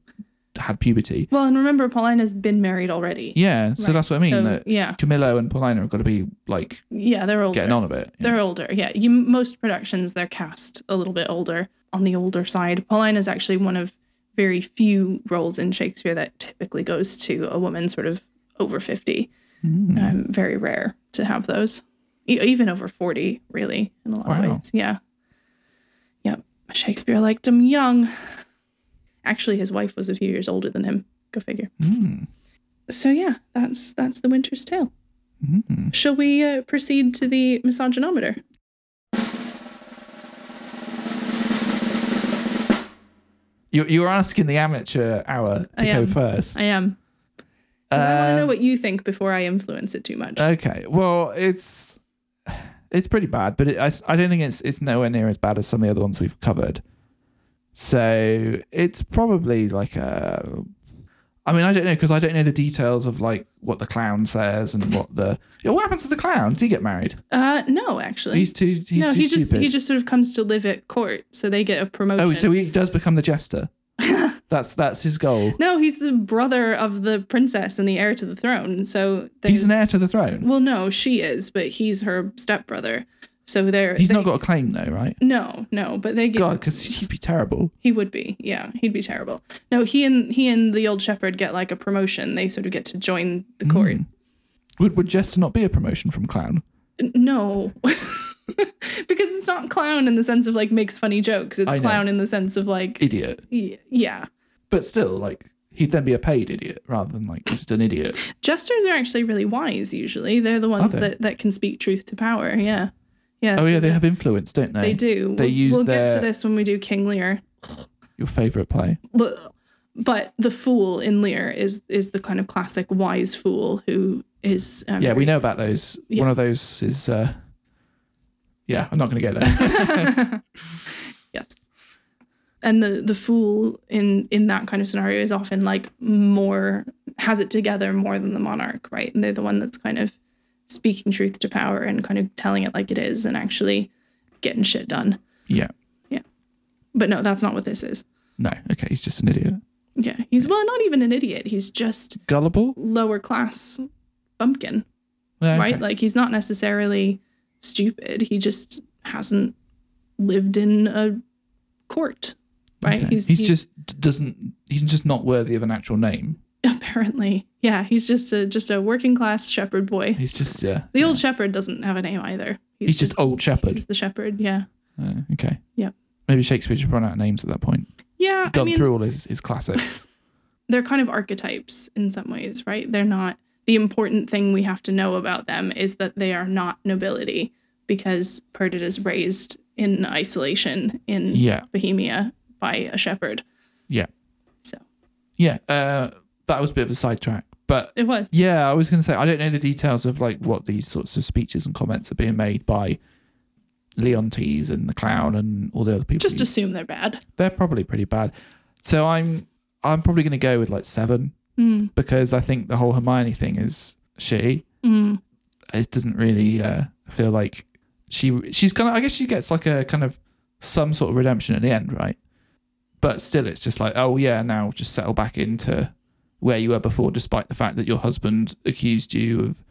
Speaker 1: had puberty.
Speaker 2: well, and remember Paulina's been married already.
Speaker 1: Yeah. So
Speaker 2: Right.
Speaker 1: that's what I mean.
Speaker 2: So,
Speaker 1: that
Speaker 2: yeah,
Speaker 1: Camillo and Paulina have got to be like
Speaker 2: yeah, they're older.
Speaker 1: getting on a bit. Yeah.
Speaker 2: They're older. Yeah, you most productions they're cast a little bit older on the older side. Paulina is actually one of very few roles in Shakespeare that typically goes to a woman sort of over 50.
Speaker 1: Mm.
Speaker 2: Um, very rare to have those, e- even over 40, really, in a lot
Speaker 1: Wow.
Speaker 2: of ways. Yeah. Yep. Shakespeare liked him young. Actually, his wife was a few years older than him. Go figure.
Speaker 1: Mm.
Speaker 2: So yeah, that's that's the Winter's Tale.
Speaker 1: Mm.
Speaker 2: Shall we uh, proceed to the misogynometer?
Speaker 1: You you're asking the amateur hour to
Speaker 2: I
Speaker 1: go
Speaker 2: am.
Speaker 1: first.
Speaker 2: I am 'Cause I want to know
Speaker 1: Um, uh,
Speaker 2: what you think before I influence it too much.
Speaker 1: Okay. Well, it's it's pretty bad, but it, I, I don't think it's it's nowhere near as bad as some of the other ones we've covered. So it's probably like a. I mean, I don't know because I don't know the details of like what the clown says and what the. Yeah, what happens to the clown? Does he get married?
Speaker 2: Uh, no, actually,
Speaker 1: He's too. He's
Speaker 2: no,
Speaker 1: too
Speaker 2: he just
Speaker 1: stupid.
Speaker 2: he just sort of comes to live at court, so they get a promotion.
Speaker 1: oh, so he does become the jester. that's that's his goal.
Speaker 2: no, he's the brother of the princess and the heir to the throne. So
Speaker 1: He's an
Speaker 2: there's-
Speaker 1: heir to the throne.
Speaker 2: Well, no, she is, but he's her stepbrother. So they're
Speaker 1: He's
Speaker 2: they-
Speaker 1: not got a claim though, right?
Speaker 2: No, no, but they get
Speaker 1: God, because he'd be terrible.
Speaker 2: He would be, yeah. He'd be terrible. No, he and he and the old shepherd get like a promotion. They sort of get to join the
Speaker 1: Mm.
Speaker 2: court.
Speaker 1: Would would jester not be a promotion from clown?
Speaker 2: N- No. because it's not clown in the sense of like makes funny jokes. It's
Speaker 1: I know.
Speaker 2: clown in the sense of like
Speaker 1: Idiot.
Speaker 2: y- yeah.
Speaker 1: but still, like he'd then be a paid idiot rather than like just an idiot.
Speaker 2: Jesters are actually really wise usually. They're the ones
Speaker 1: they?
Speaker 2: that that can speak truth to power. Yeah. Yeah.
Speaker 1: oh
Speaker 2: so
Speaker 1: yeah, they have influence, don't they?
Speaker 2: they do.
Speaker 1: They
Speaker 2: we'll
Speaker 1: use
Speaker 2: we'll get to
Speaker 1: their-
Speaker 2: this when we do King Lear.
Speaker 1: Your favorite play.
Speaker 2: Blech. But the fool in Lear is is the kind of classic wise fool who is um,
Speaker 1: Yeah,
Speaker 2: very-
Speaker 1: we know about those.
Speaker 2: Yeah.
Speaker 1: One of those is. uh Yeah, I'm not going to go there.
Speaker 2: Yes. And the the fool in in that kind of scenario is often like more has it together more than the monarch, right? And they're the one that's kind of speaking truth to power and kind of telling it like it is and actually getting shit done.
Speaker 1: yeah,
Speaker 2: But no, that's not what this is.
Speaker 1: no. Okay, he's just an idiot.
Speaker 2: Yeah. He's well, not even an idiot. He's just
Speaker 1: Gullible,
Speaker 2: lower class bumpkin,
Speaker 1: No, okay.
Speaker 2: right? Like he's not necessarily stupid. He just hasn't lived in a court, right?
Speaker 1: Okay. He's, just d- doesn't. He's just not worthy of an actual name.
Speaker 2: apparently yeah he's just a just a working class shepherd boy
Speaker 1: He's just yeah.
Speaker 2: the old shepherd doesn't have a name either
Speaker 1: He's just old shepherd.
Speaker 2: he's the shepherd yeah
Speaker 1: Uh, okay.
Speaker 2: Yep.
Speaker 1: Maybe Shakespeare should run out of names at that point.
Speaker 2: yeah i
Speaker 1: Gone
Speaker 2: mean
Speaker 1: through all his, his classics.
Speaker 2: they're kind of archetypes in some ways right they're not the important thing we have to know about them is that they are not nobility because perdita is raised in isolation in
Speaker 1: yeah.
Speaker 2: bohemia by a shepherd
Speaker 1: Yeah.
Speaker 2: so
Speaker 1: Yeah. Uh, that was a bit of a sidetrack, but
Speaker 2: it was
Speaker 1: Yeah, I was going to say I don't know the details of like what these sorts of speeches and comments are being made by Leontes and the clown and all the other people.
Speaker 2: just
Speaker 1: You-
Speaker 2: assume they're bad
Speaker 1: they're probably pretty bad. So I'm I'm probably going to go with like seven
Speaker 2: Mm,
Speaker 1: because I think the whole Hermione thing is shitty.
Speaker 2: mm.
Speaker 1: It doesn't really uh, feel like she she's kind of I guess she gets like a kind of some sort of redemption at the end, right? But still, it's just like, oh yeah, now just settle back into where you were before, despite the fact that your husband accused you of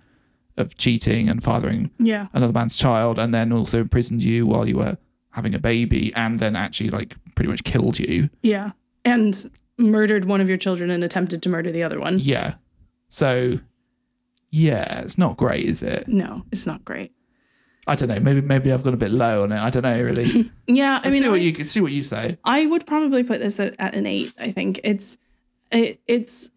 Speaker 1: of cheating and fathering
Speaker 2: Yeah.
Speaker 1: another man's child, and then also imprisoned you while you were having a baby, and then actually like pretty much killed you.
Speaker 2: Yeah. And murdered one of your children and attempted to murder the other one.
Speaker 1: Yeah. So, yeah, it's not great, is it?
Speaker 2: No, it's not great.
Speaker 1: I don't know. Maybe maybe I've gone a bit low on it. I don't know really.
Speaker 2: Yeah, I
Speaker 1: I mean,
Speaker 2: mean,
Speaker 1: see what
Speaker 2: I-
Speaker 1: you see what you say.
Speaker 2: I would probably put this at, at an eight. I think it's it, it's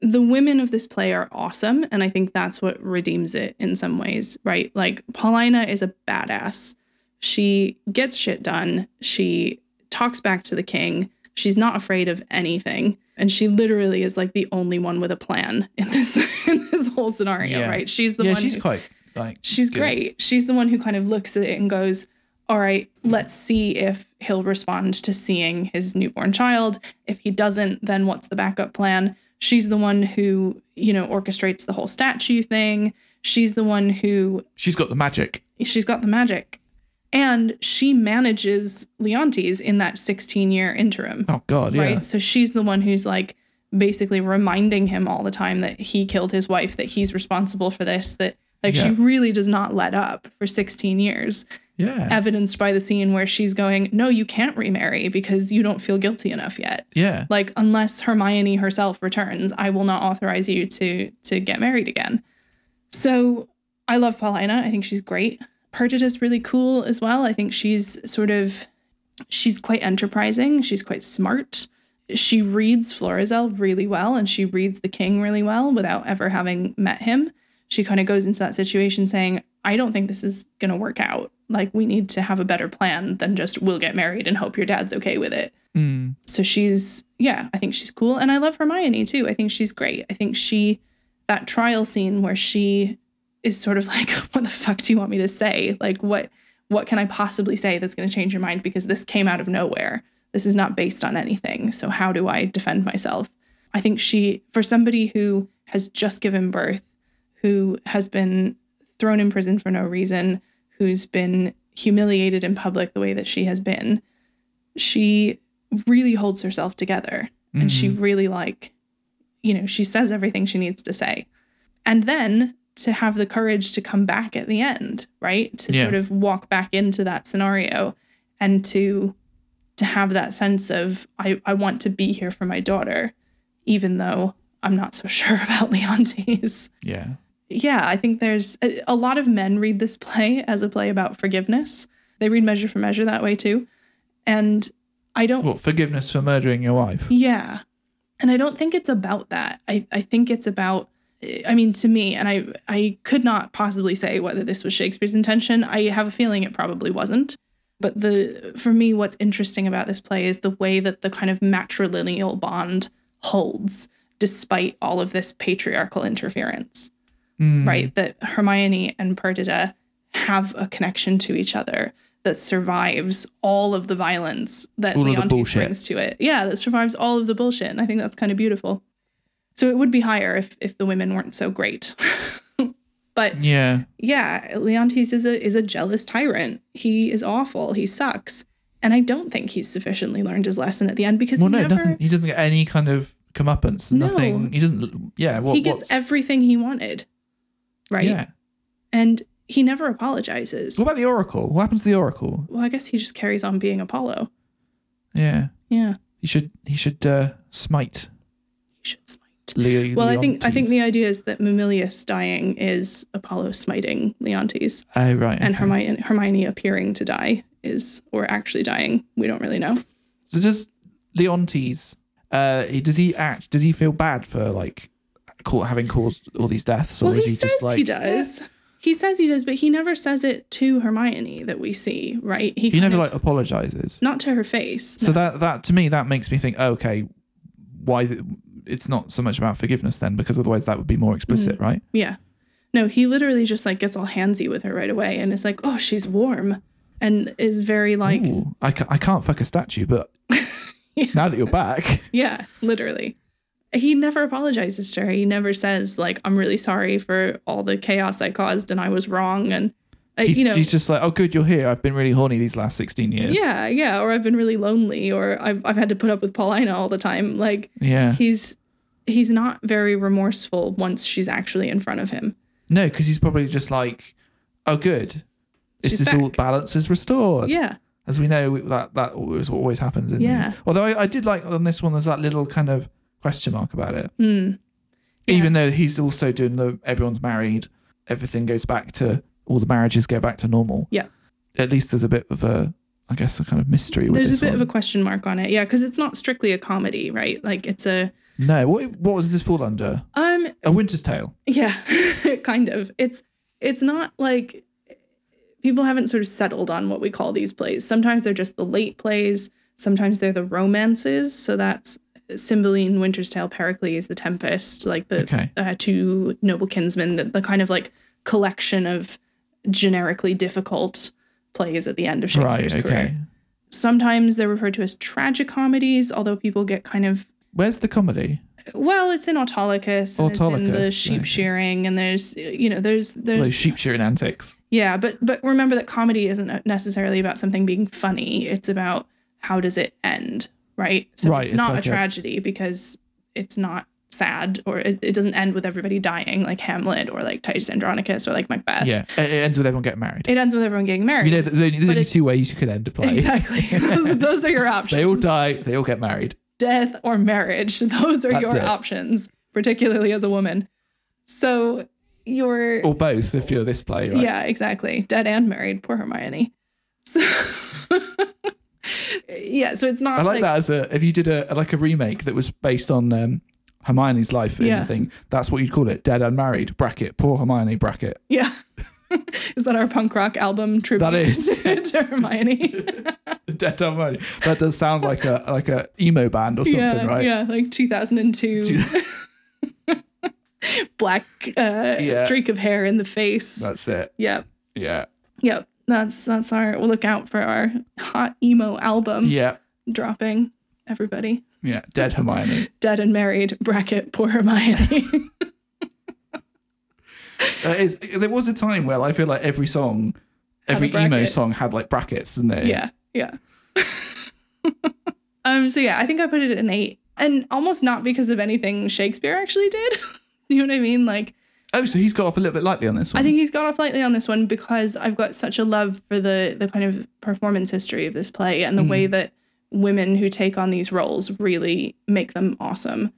Speaker 2: the women of this play are awesome, and I think that's what redeems it in some ways, right? Like Paulina is a badass. She gets shit done. She talks back to the king. She's not afraid of anything, and she literally is like the only one with a plan in this in this whole scenario,
Speaker 1: Yeah.
Speaker 2: right? She's the
Speaker 1: yeah,
Speaker 2: one.
Speaker 1: she's
Speaker 2: who-
Speaker 1: quite like
Speaker 2: She's
Speaker 1: good.
Speaker 2: great. She's the one who kind of looks at it and goes, All right, let's see if he'll respond to seeing his newborn child. If he doesn't, then what's the backup plan? She's the one who, you know, orchestrates the whole statue thing. She's the one who,
Speaker 1: She's got the magic.
Speaker 2: she's got the magic. And she manages Leontes in that 16 year interim
Speaker 1: Oh God, yeah.
Speaker 2: right? So she's the one who's like basically reminding him all the time that he killed his wife, that he's responsible for this, that like she
Speaker 1: Yeah.
Speaker 2: really does not let up for 16 years,
Speaker 1: Yeah.
Speaker 2: evidenced by the scene where she's going, No, you can't remarry because you don't feel guilty enough yet.
Speaker 1: yeah.
Speaker 2: Like unless Hermione herself returns, I will not authorize you to to get married again. So I love Paulina. I think she's great. Perdita's really cool as well. I think she's sort of she's quite enterprising. She's quite smart. She reads Florizel really well and she reads the king really well without ever having met him. She kind of goes into that situation saying, I don't think this is going to work out. Like, we need to have a better plan than just we'll get married and hope your dad's okay with it
Speaker 1: Mm.
Speaker 2: so she's yeah i think she's cool and i love hermione too i think she's great i think she that trial scene where she is sort of like what the fuck do you want me to say like what what can i possibly say that's going to change your mind because this came out of nowhere this is not based on anything so how do i defend myself i think she for somebody who has just given birth who has been thrown in prison for no reason who's been humiliated in public the way that she has been she really holds herself together
Speaker 1: mm,
Speaker 2: and she really like you know she says everything she needs to say and then to have the courage to come back at the end right to
Speaker 1: Yeah.
Speaker 2: sort of walk back into that scenario and to to have that sense of i i want to be here for my daughter even though i'm not so sure about leontes
Speaker 1: Yeah.
Speaker 2: yeah, I think there's a, a lot of men read this play as a play about forgiveness. They read Measure for Measure that way too. And I don't,
Speaker 1: What forgiveness for murdering your wife?
Speaker 2: yeah. And I don't think it's about that. I, I think it's about, I mean, to me, and I, I could not possibly say whether this was Shakespeare's intention. I have a feeling it probably wasn't. But the for me, what's interesting about this play is the way that the kind of matrilineal bond holds despite all of this patriarchal interference
Speaker 1: Mm.
Speaker 2: right? That Hermione and Perdita have a connection to each other that survives all of the violence that
Speaker 1: All of the
Speaker 2: Leontes
Speaker 1: bullshit.
Speaker 2: brings to it. Yeah, that survives all of the bullshit. And I think that's kind of beautiful. So it would be higher if if the women weren't so great. but
Speaker 1: Yeah.
Speaker 2: yeah, Leontes is a is a jealous tyrant. He is awful. He sucks. And I don't think he's sufficiently learned his lesson at the end because
Speaker 1: Well,
Speaker 2: he
Speaker 1: no,
Speaker 2: never
Speaker 1: nothing. He doesn't get any kind of comeuppance.
Speaker 2: No.
Speaker 1: Nothing. He doesn't. Yeah. What,
Speaker 2: he gets
Speaker 1: what's,
Speaker 2: everything he wanted. Right?
Speaker 1: Yeah.
Speaker 2: And he never apologizes.
Speaker 1: What about the oracle? What happens to the oracle?
Speaker 2: Well, I guess he just carries on being Apollo.
Speaker 1: Yeah.
Speaker 2: Yeah,
Speaker 1: He should. He should uh, smite.
Speaker 2: he should smite.
Speaker 1: Le-
Speaker 2: Well, I think I
Speaker 1: Leontes.
Speaker 2: think the idea is that Mamilius dying is Apollo smiting Leontes,
Speaker 1: Oh right.
Speaker 2: and
Speaker 1: okay.
Speaker 2: Hermione, Hermione appearing to die is, or actually dying, we don't really know.
Speaker 1: So does Leontes? Uh, he- does he act? Does he feel bad for like ca- having caused all these deaths, or
Speaker 2: well,
Speaker 1: is
Speaker 2: he
Speaker 1: he
Speaker 2: says
Speaker 1: just like
Speaker 2: he does. He says he does, but he never says it to Hermione that we see, right?
Speaker 1: He
Speaker 2: kind
Speaker 1: never
Speaker 2: of-
Speaker 1: like apologizes.
Speaker 2: not to her face.
Speaker 1: So that that to me that makes me think. oh, okay, why is it? It's not so much about forgiveness then, because otherwise that would be more explicit,
Speaker 2: Mm.
Speaker 1: right?
Speaker 2: Yeah. No, he literally just like gets all handsy with her right away, and it's like, oh, she's warm, and is very like,
Speaker 1: Ooh, I, ca- I can't fuck a statue, but now that you're back,
Speaker 2: Yeah, literally. He never apologizes to her. He never says like I'm really sorry for all the chaos I caused and I was wrong and I,
Speaker 1: he's,
Speaker 2: you know,
Speaker 1: he's just like, oh, good, you're here. I've been really horny these last 16 years.
Speaker 2: yeah, yeah. Or I've been really lonely, or I've I've had to put up with Paulina all the time. Like
Speaker 1: Yeah.
Speaker 2: he's he's not very remorseful once she's actually in front of him.
Speaker 1: No, because he's probably just like, oh, good. Is
Speaker 2: She's
Speaker 1: this all
Speaker 2: back.
Speaker 1: balance is restored?
Speaker 2: Yeah,
Speaker 1: As we know, we- that that is what always happens in
Speaker 2: Yeah.
Speaker 1: these. Although I, I did like on this one, there's that little kind of question mark about it.
Speaker 2: Mm. Yeah.
Speaker 1: Even though he's also doing the everyone's married, everything goes back to all the marriages go back to normal.
Speaker 2: Yeah.
Speaker 1: At least there's a bit of a, I guess, a kind of mystery. With
Speaker 2: there's a
Speaker 1: this
Speaker 2: bit of a
Speaker 1: one.
Speaker 2: question mark on it. Yeah, because it's not strictly a comedy, right? Like it's a
Speaker 1: no. What what does this fall under?
Speaker 2: um
Speaker 1: A Winter's Tale.
Speaker 2: Yeah, kind of. It's it's not like people haven't sort of settled on what we call these plays. Sometimes they're just the late plays. Sometimes they're the romances. So that's Cymbeline, Winter's Tale, Pericles, The Tempest, like the
Speaker 1: Okay.
Speaker 2: uh, two noble kinsmen, the, the kind of like collection of generically difficult plays at the end of Shakespeare's
Speaker 1: Right. Okay.
Speaker 2: career. Sometimes they're referred to as tragicomedies, although people get kind of
Speaker 1: Where's the comedy?
Speaker 2: well, it's in Autolycus, and it's in the
Speaker 1: Autolycus,
Speaker 2: sheep
Speaker 1: okay.
Speaker 2: shearing, and there's you know there's
Speaker 1: Well,
Speaker 2: there's
Speaker 1: those sheep shearing antics.
Speaker 2: yeah, but but remember that comedy isn't necessarily about something being funny. It's about how does it end, right? So
Speaker 1: Right,
Speaker 2: it's
Speaker 1: it's
Speaker 2: not
Speaker 1: like
Speaker 2: a
Speaker 1: a-
Speaker 2: tragedy because it's not sad or it, it doesn't end with everybody dying like Hamlet or like Titus Andronicus or like Macbeth.
Speaker 1: Yeah. It, it ends with everyone getting married.
Speaker 2: It ends with everyone getting married.
Speaker 1: You know, there's only, there's only
Speaker 2: it's-
Speaker 1: two ways you could end a play.
Speaker 2: exactly. those, those are your options.
Speaker 1: They all die. They all get married.
Speaker 2: death or marriage. Those are
Speaker 1: That's
Speaker 2: your
Speaker 1: it.
Speaker 2: options, particularly as a woman. So you're
Speaker 1: Or both, if you're this play, right?
Speaker 2: yeah, exactly. Dead and married. Poor Hermione. So yeah, so it's not
Speaker 1: I like, that as a if you did a like a remake that was based on um, Hermione's life
Speaker 2: Yeah.
Speaker 1: yeah. thing. That's what you'd call it. Dead unmarried bracket. Poor Hermione bracket.
Speaker 2: Yeah. is that our punk rock album tribute
Speaker 1: That is.
Speaker 2: to, to Hermione?
Speaker 1: Dead unmarried. That does sound like a like a emo band or something,
Speaker 2: yeah,
Speaker 1: right?
Speaker 2: yeah, like 2002 black uh,
Speaker 1: Yeah.
Speaker 2: streak of hair in the face.
Speaker 1: That's it.
Speaker 2: yeah.
Speaker 1: Yeah.
Speaker 2: Yep. That's that's our we'll look out for our hot emo album
Speaker 1: Yeah.
Speaker 2: dropping. Everybody
Speaker 1: Yeah. Dead Hermione.
Speaker 2: dead and married bracket poor Hermione.
Speaker 1: Uh, it's, there was a time where I feel like every song,
Speaker 2: Had a
Speaker 1: every emo
Speaker 2: bracket.
Speaker 1: song had like brackets, didn't they?
Speaker 2: yeah, yeah. um. So yeah, I think I put it at an eight, and almost not because of anything Shakespeare actually did. you know what I mean? Like
Speaker 1: Oh, so he's got off a little bit lightly on this one.
Speaker 2: I think he's got off lightly on this one because I've got such a love for the the kind of performance history of this play and the way that women who take on these roles really make them awesome.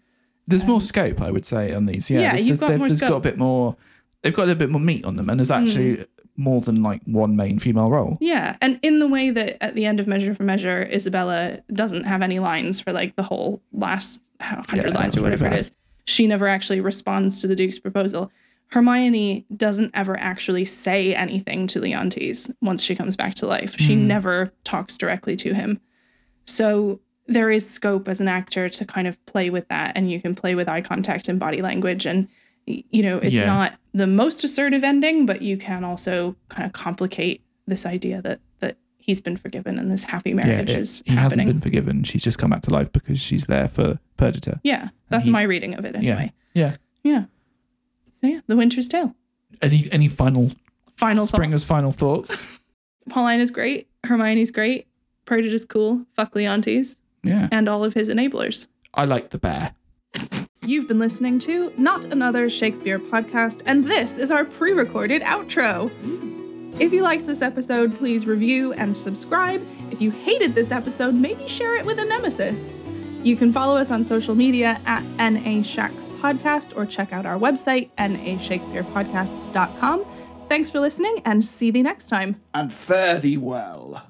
Speaker 1: There's more scope, I would say, on these. Yeah,
Speaker 2: Um, Yeah,
Speaker 1: there's-
Speaker 2: you've got
Speaker 1: they've-
Speaker 2: more
Speaker 1: there's got a
Speaker 2: scope. Hmm.
Speaker 1: bit more. They've got a little bit more meat on them, and there's actually more than like one main female role.
Speaker 2: Yeah, and in the way that at the end of Measure for Measure, Isabella doesn't have any lines for like the whole last hundred
Speaker 1: Yeah,
Speaker 2: lines or
Speaker 1: that's
Speaker 2: whatever it
Speaker 1: pretty
Speaker 2: is. She never actually responds to the Duke's proposal. Hermione doesn't ever actually say anything to Leontes once she comes back to life. She
Speaker 1: Mm.
Speaker 2: never talks directly to him. So there is scope as an actor to kind of play with that, and you can play with eye contact and body language and you know, it's
Speaker 1: Yeah.
Speaker 2: not the most assertive ending, but you can also kind of complicate this idea that that he's been forgiven and this happy marriage
Speaker 1: it-
Speaker 2: is
Speaker 1: he hasn't
Speaker 2: happening.
Speaker 1: been forgiven. She's just come back to life because she's there for Perdita.
Speaker 2: yeah, that's
Speaker 1: he's-
Speaker 2: my reading of it anyway.
Speaker 1: Yeah.
Speaker 2: So yeah, The Winter's Tale.
Speaker 1: Any any final
Speaker 2: Final thought.
Speaker 1: Springer's final thoughts?
Speaker 2: Paulina's great. Hermione's great. Perdita's cool. Fuck Leontes
Speaker 1: yeah,
Speaker 2: and all of his enablers.
Speaker 1: I like the bear.
Speaker 2: You've been listening to Not Another Shakespeare podcast, and this is our pre recorded outro. If you liked this episode, please review and subscribe. If you hated this episode, maybe share it with a nemesis. You can follow us on social media at NA Shacks Podcast or check out our website, nashakespearepodcast.com. Thanks for listening and see thee next time.
Speaker 3: and fare thee well.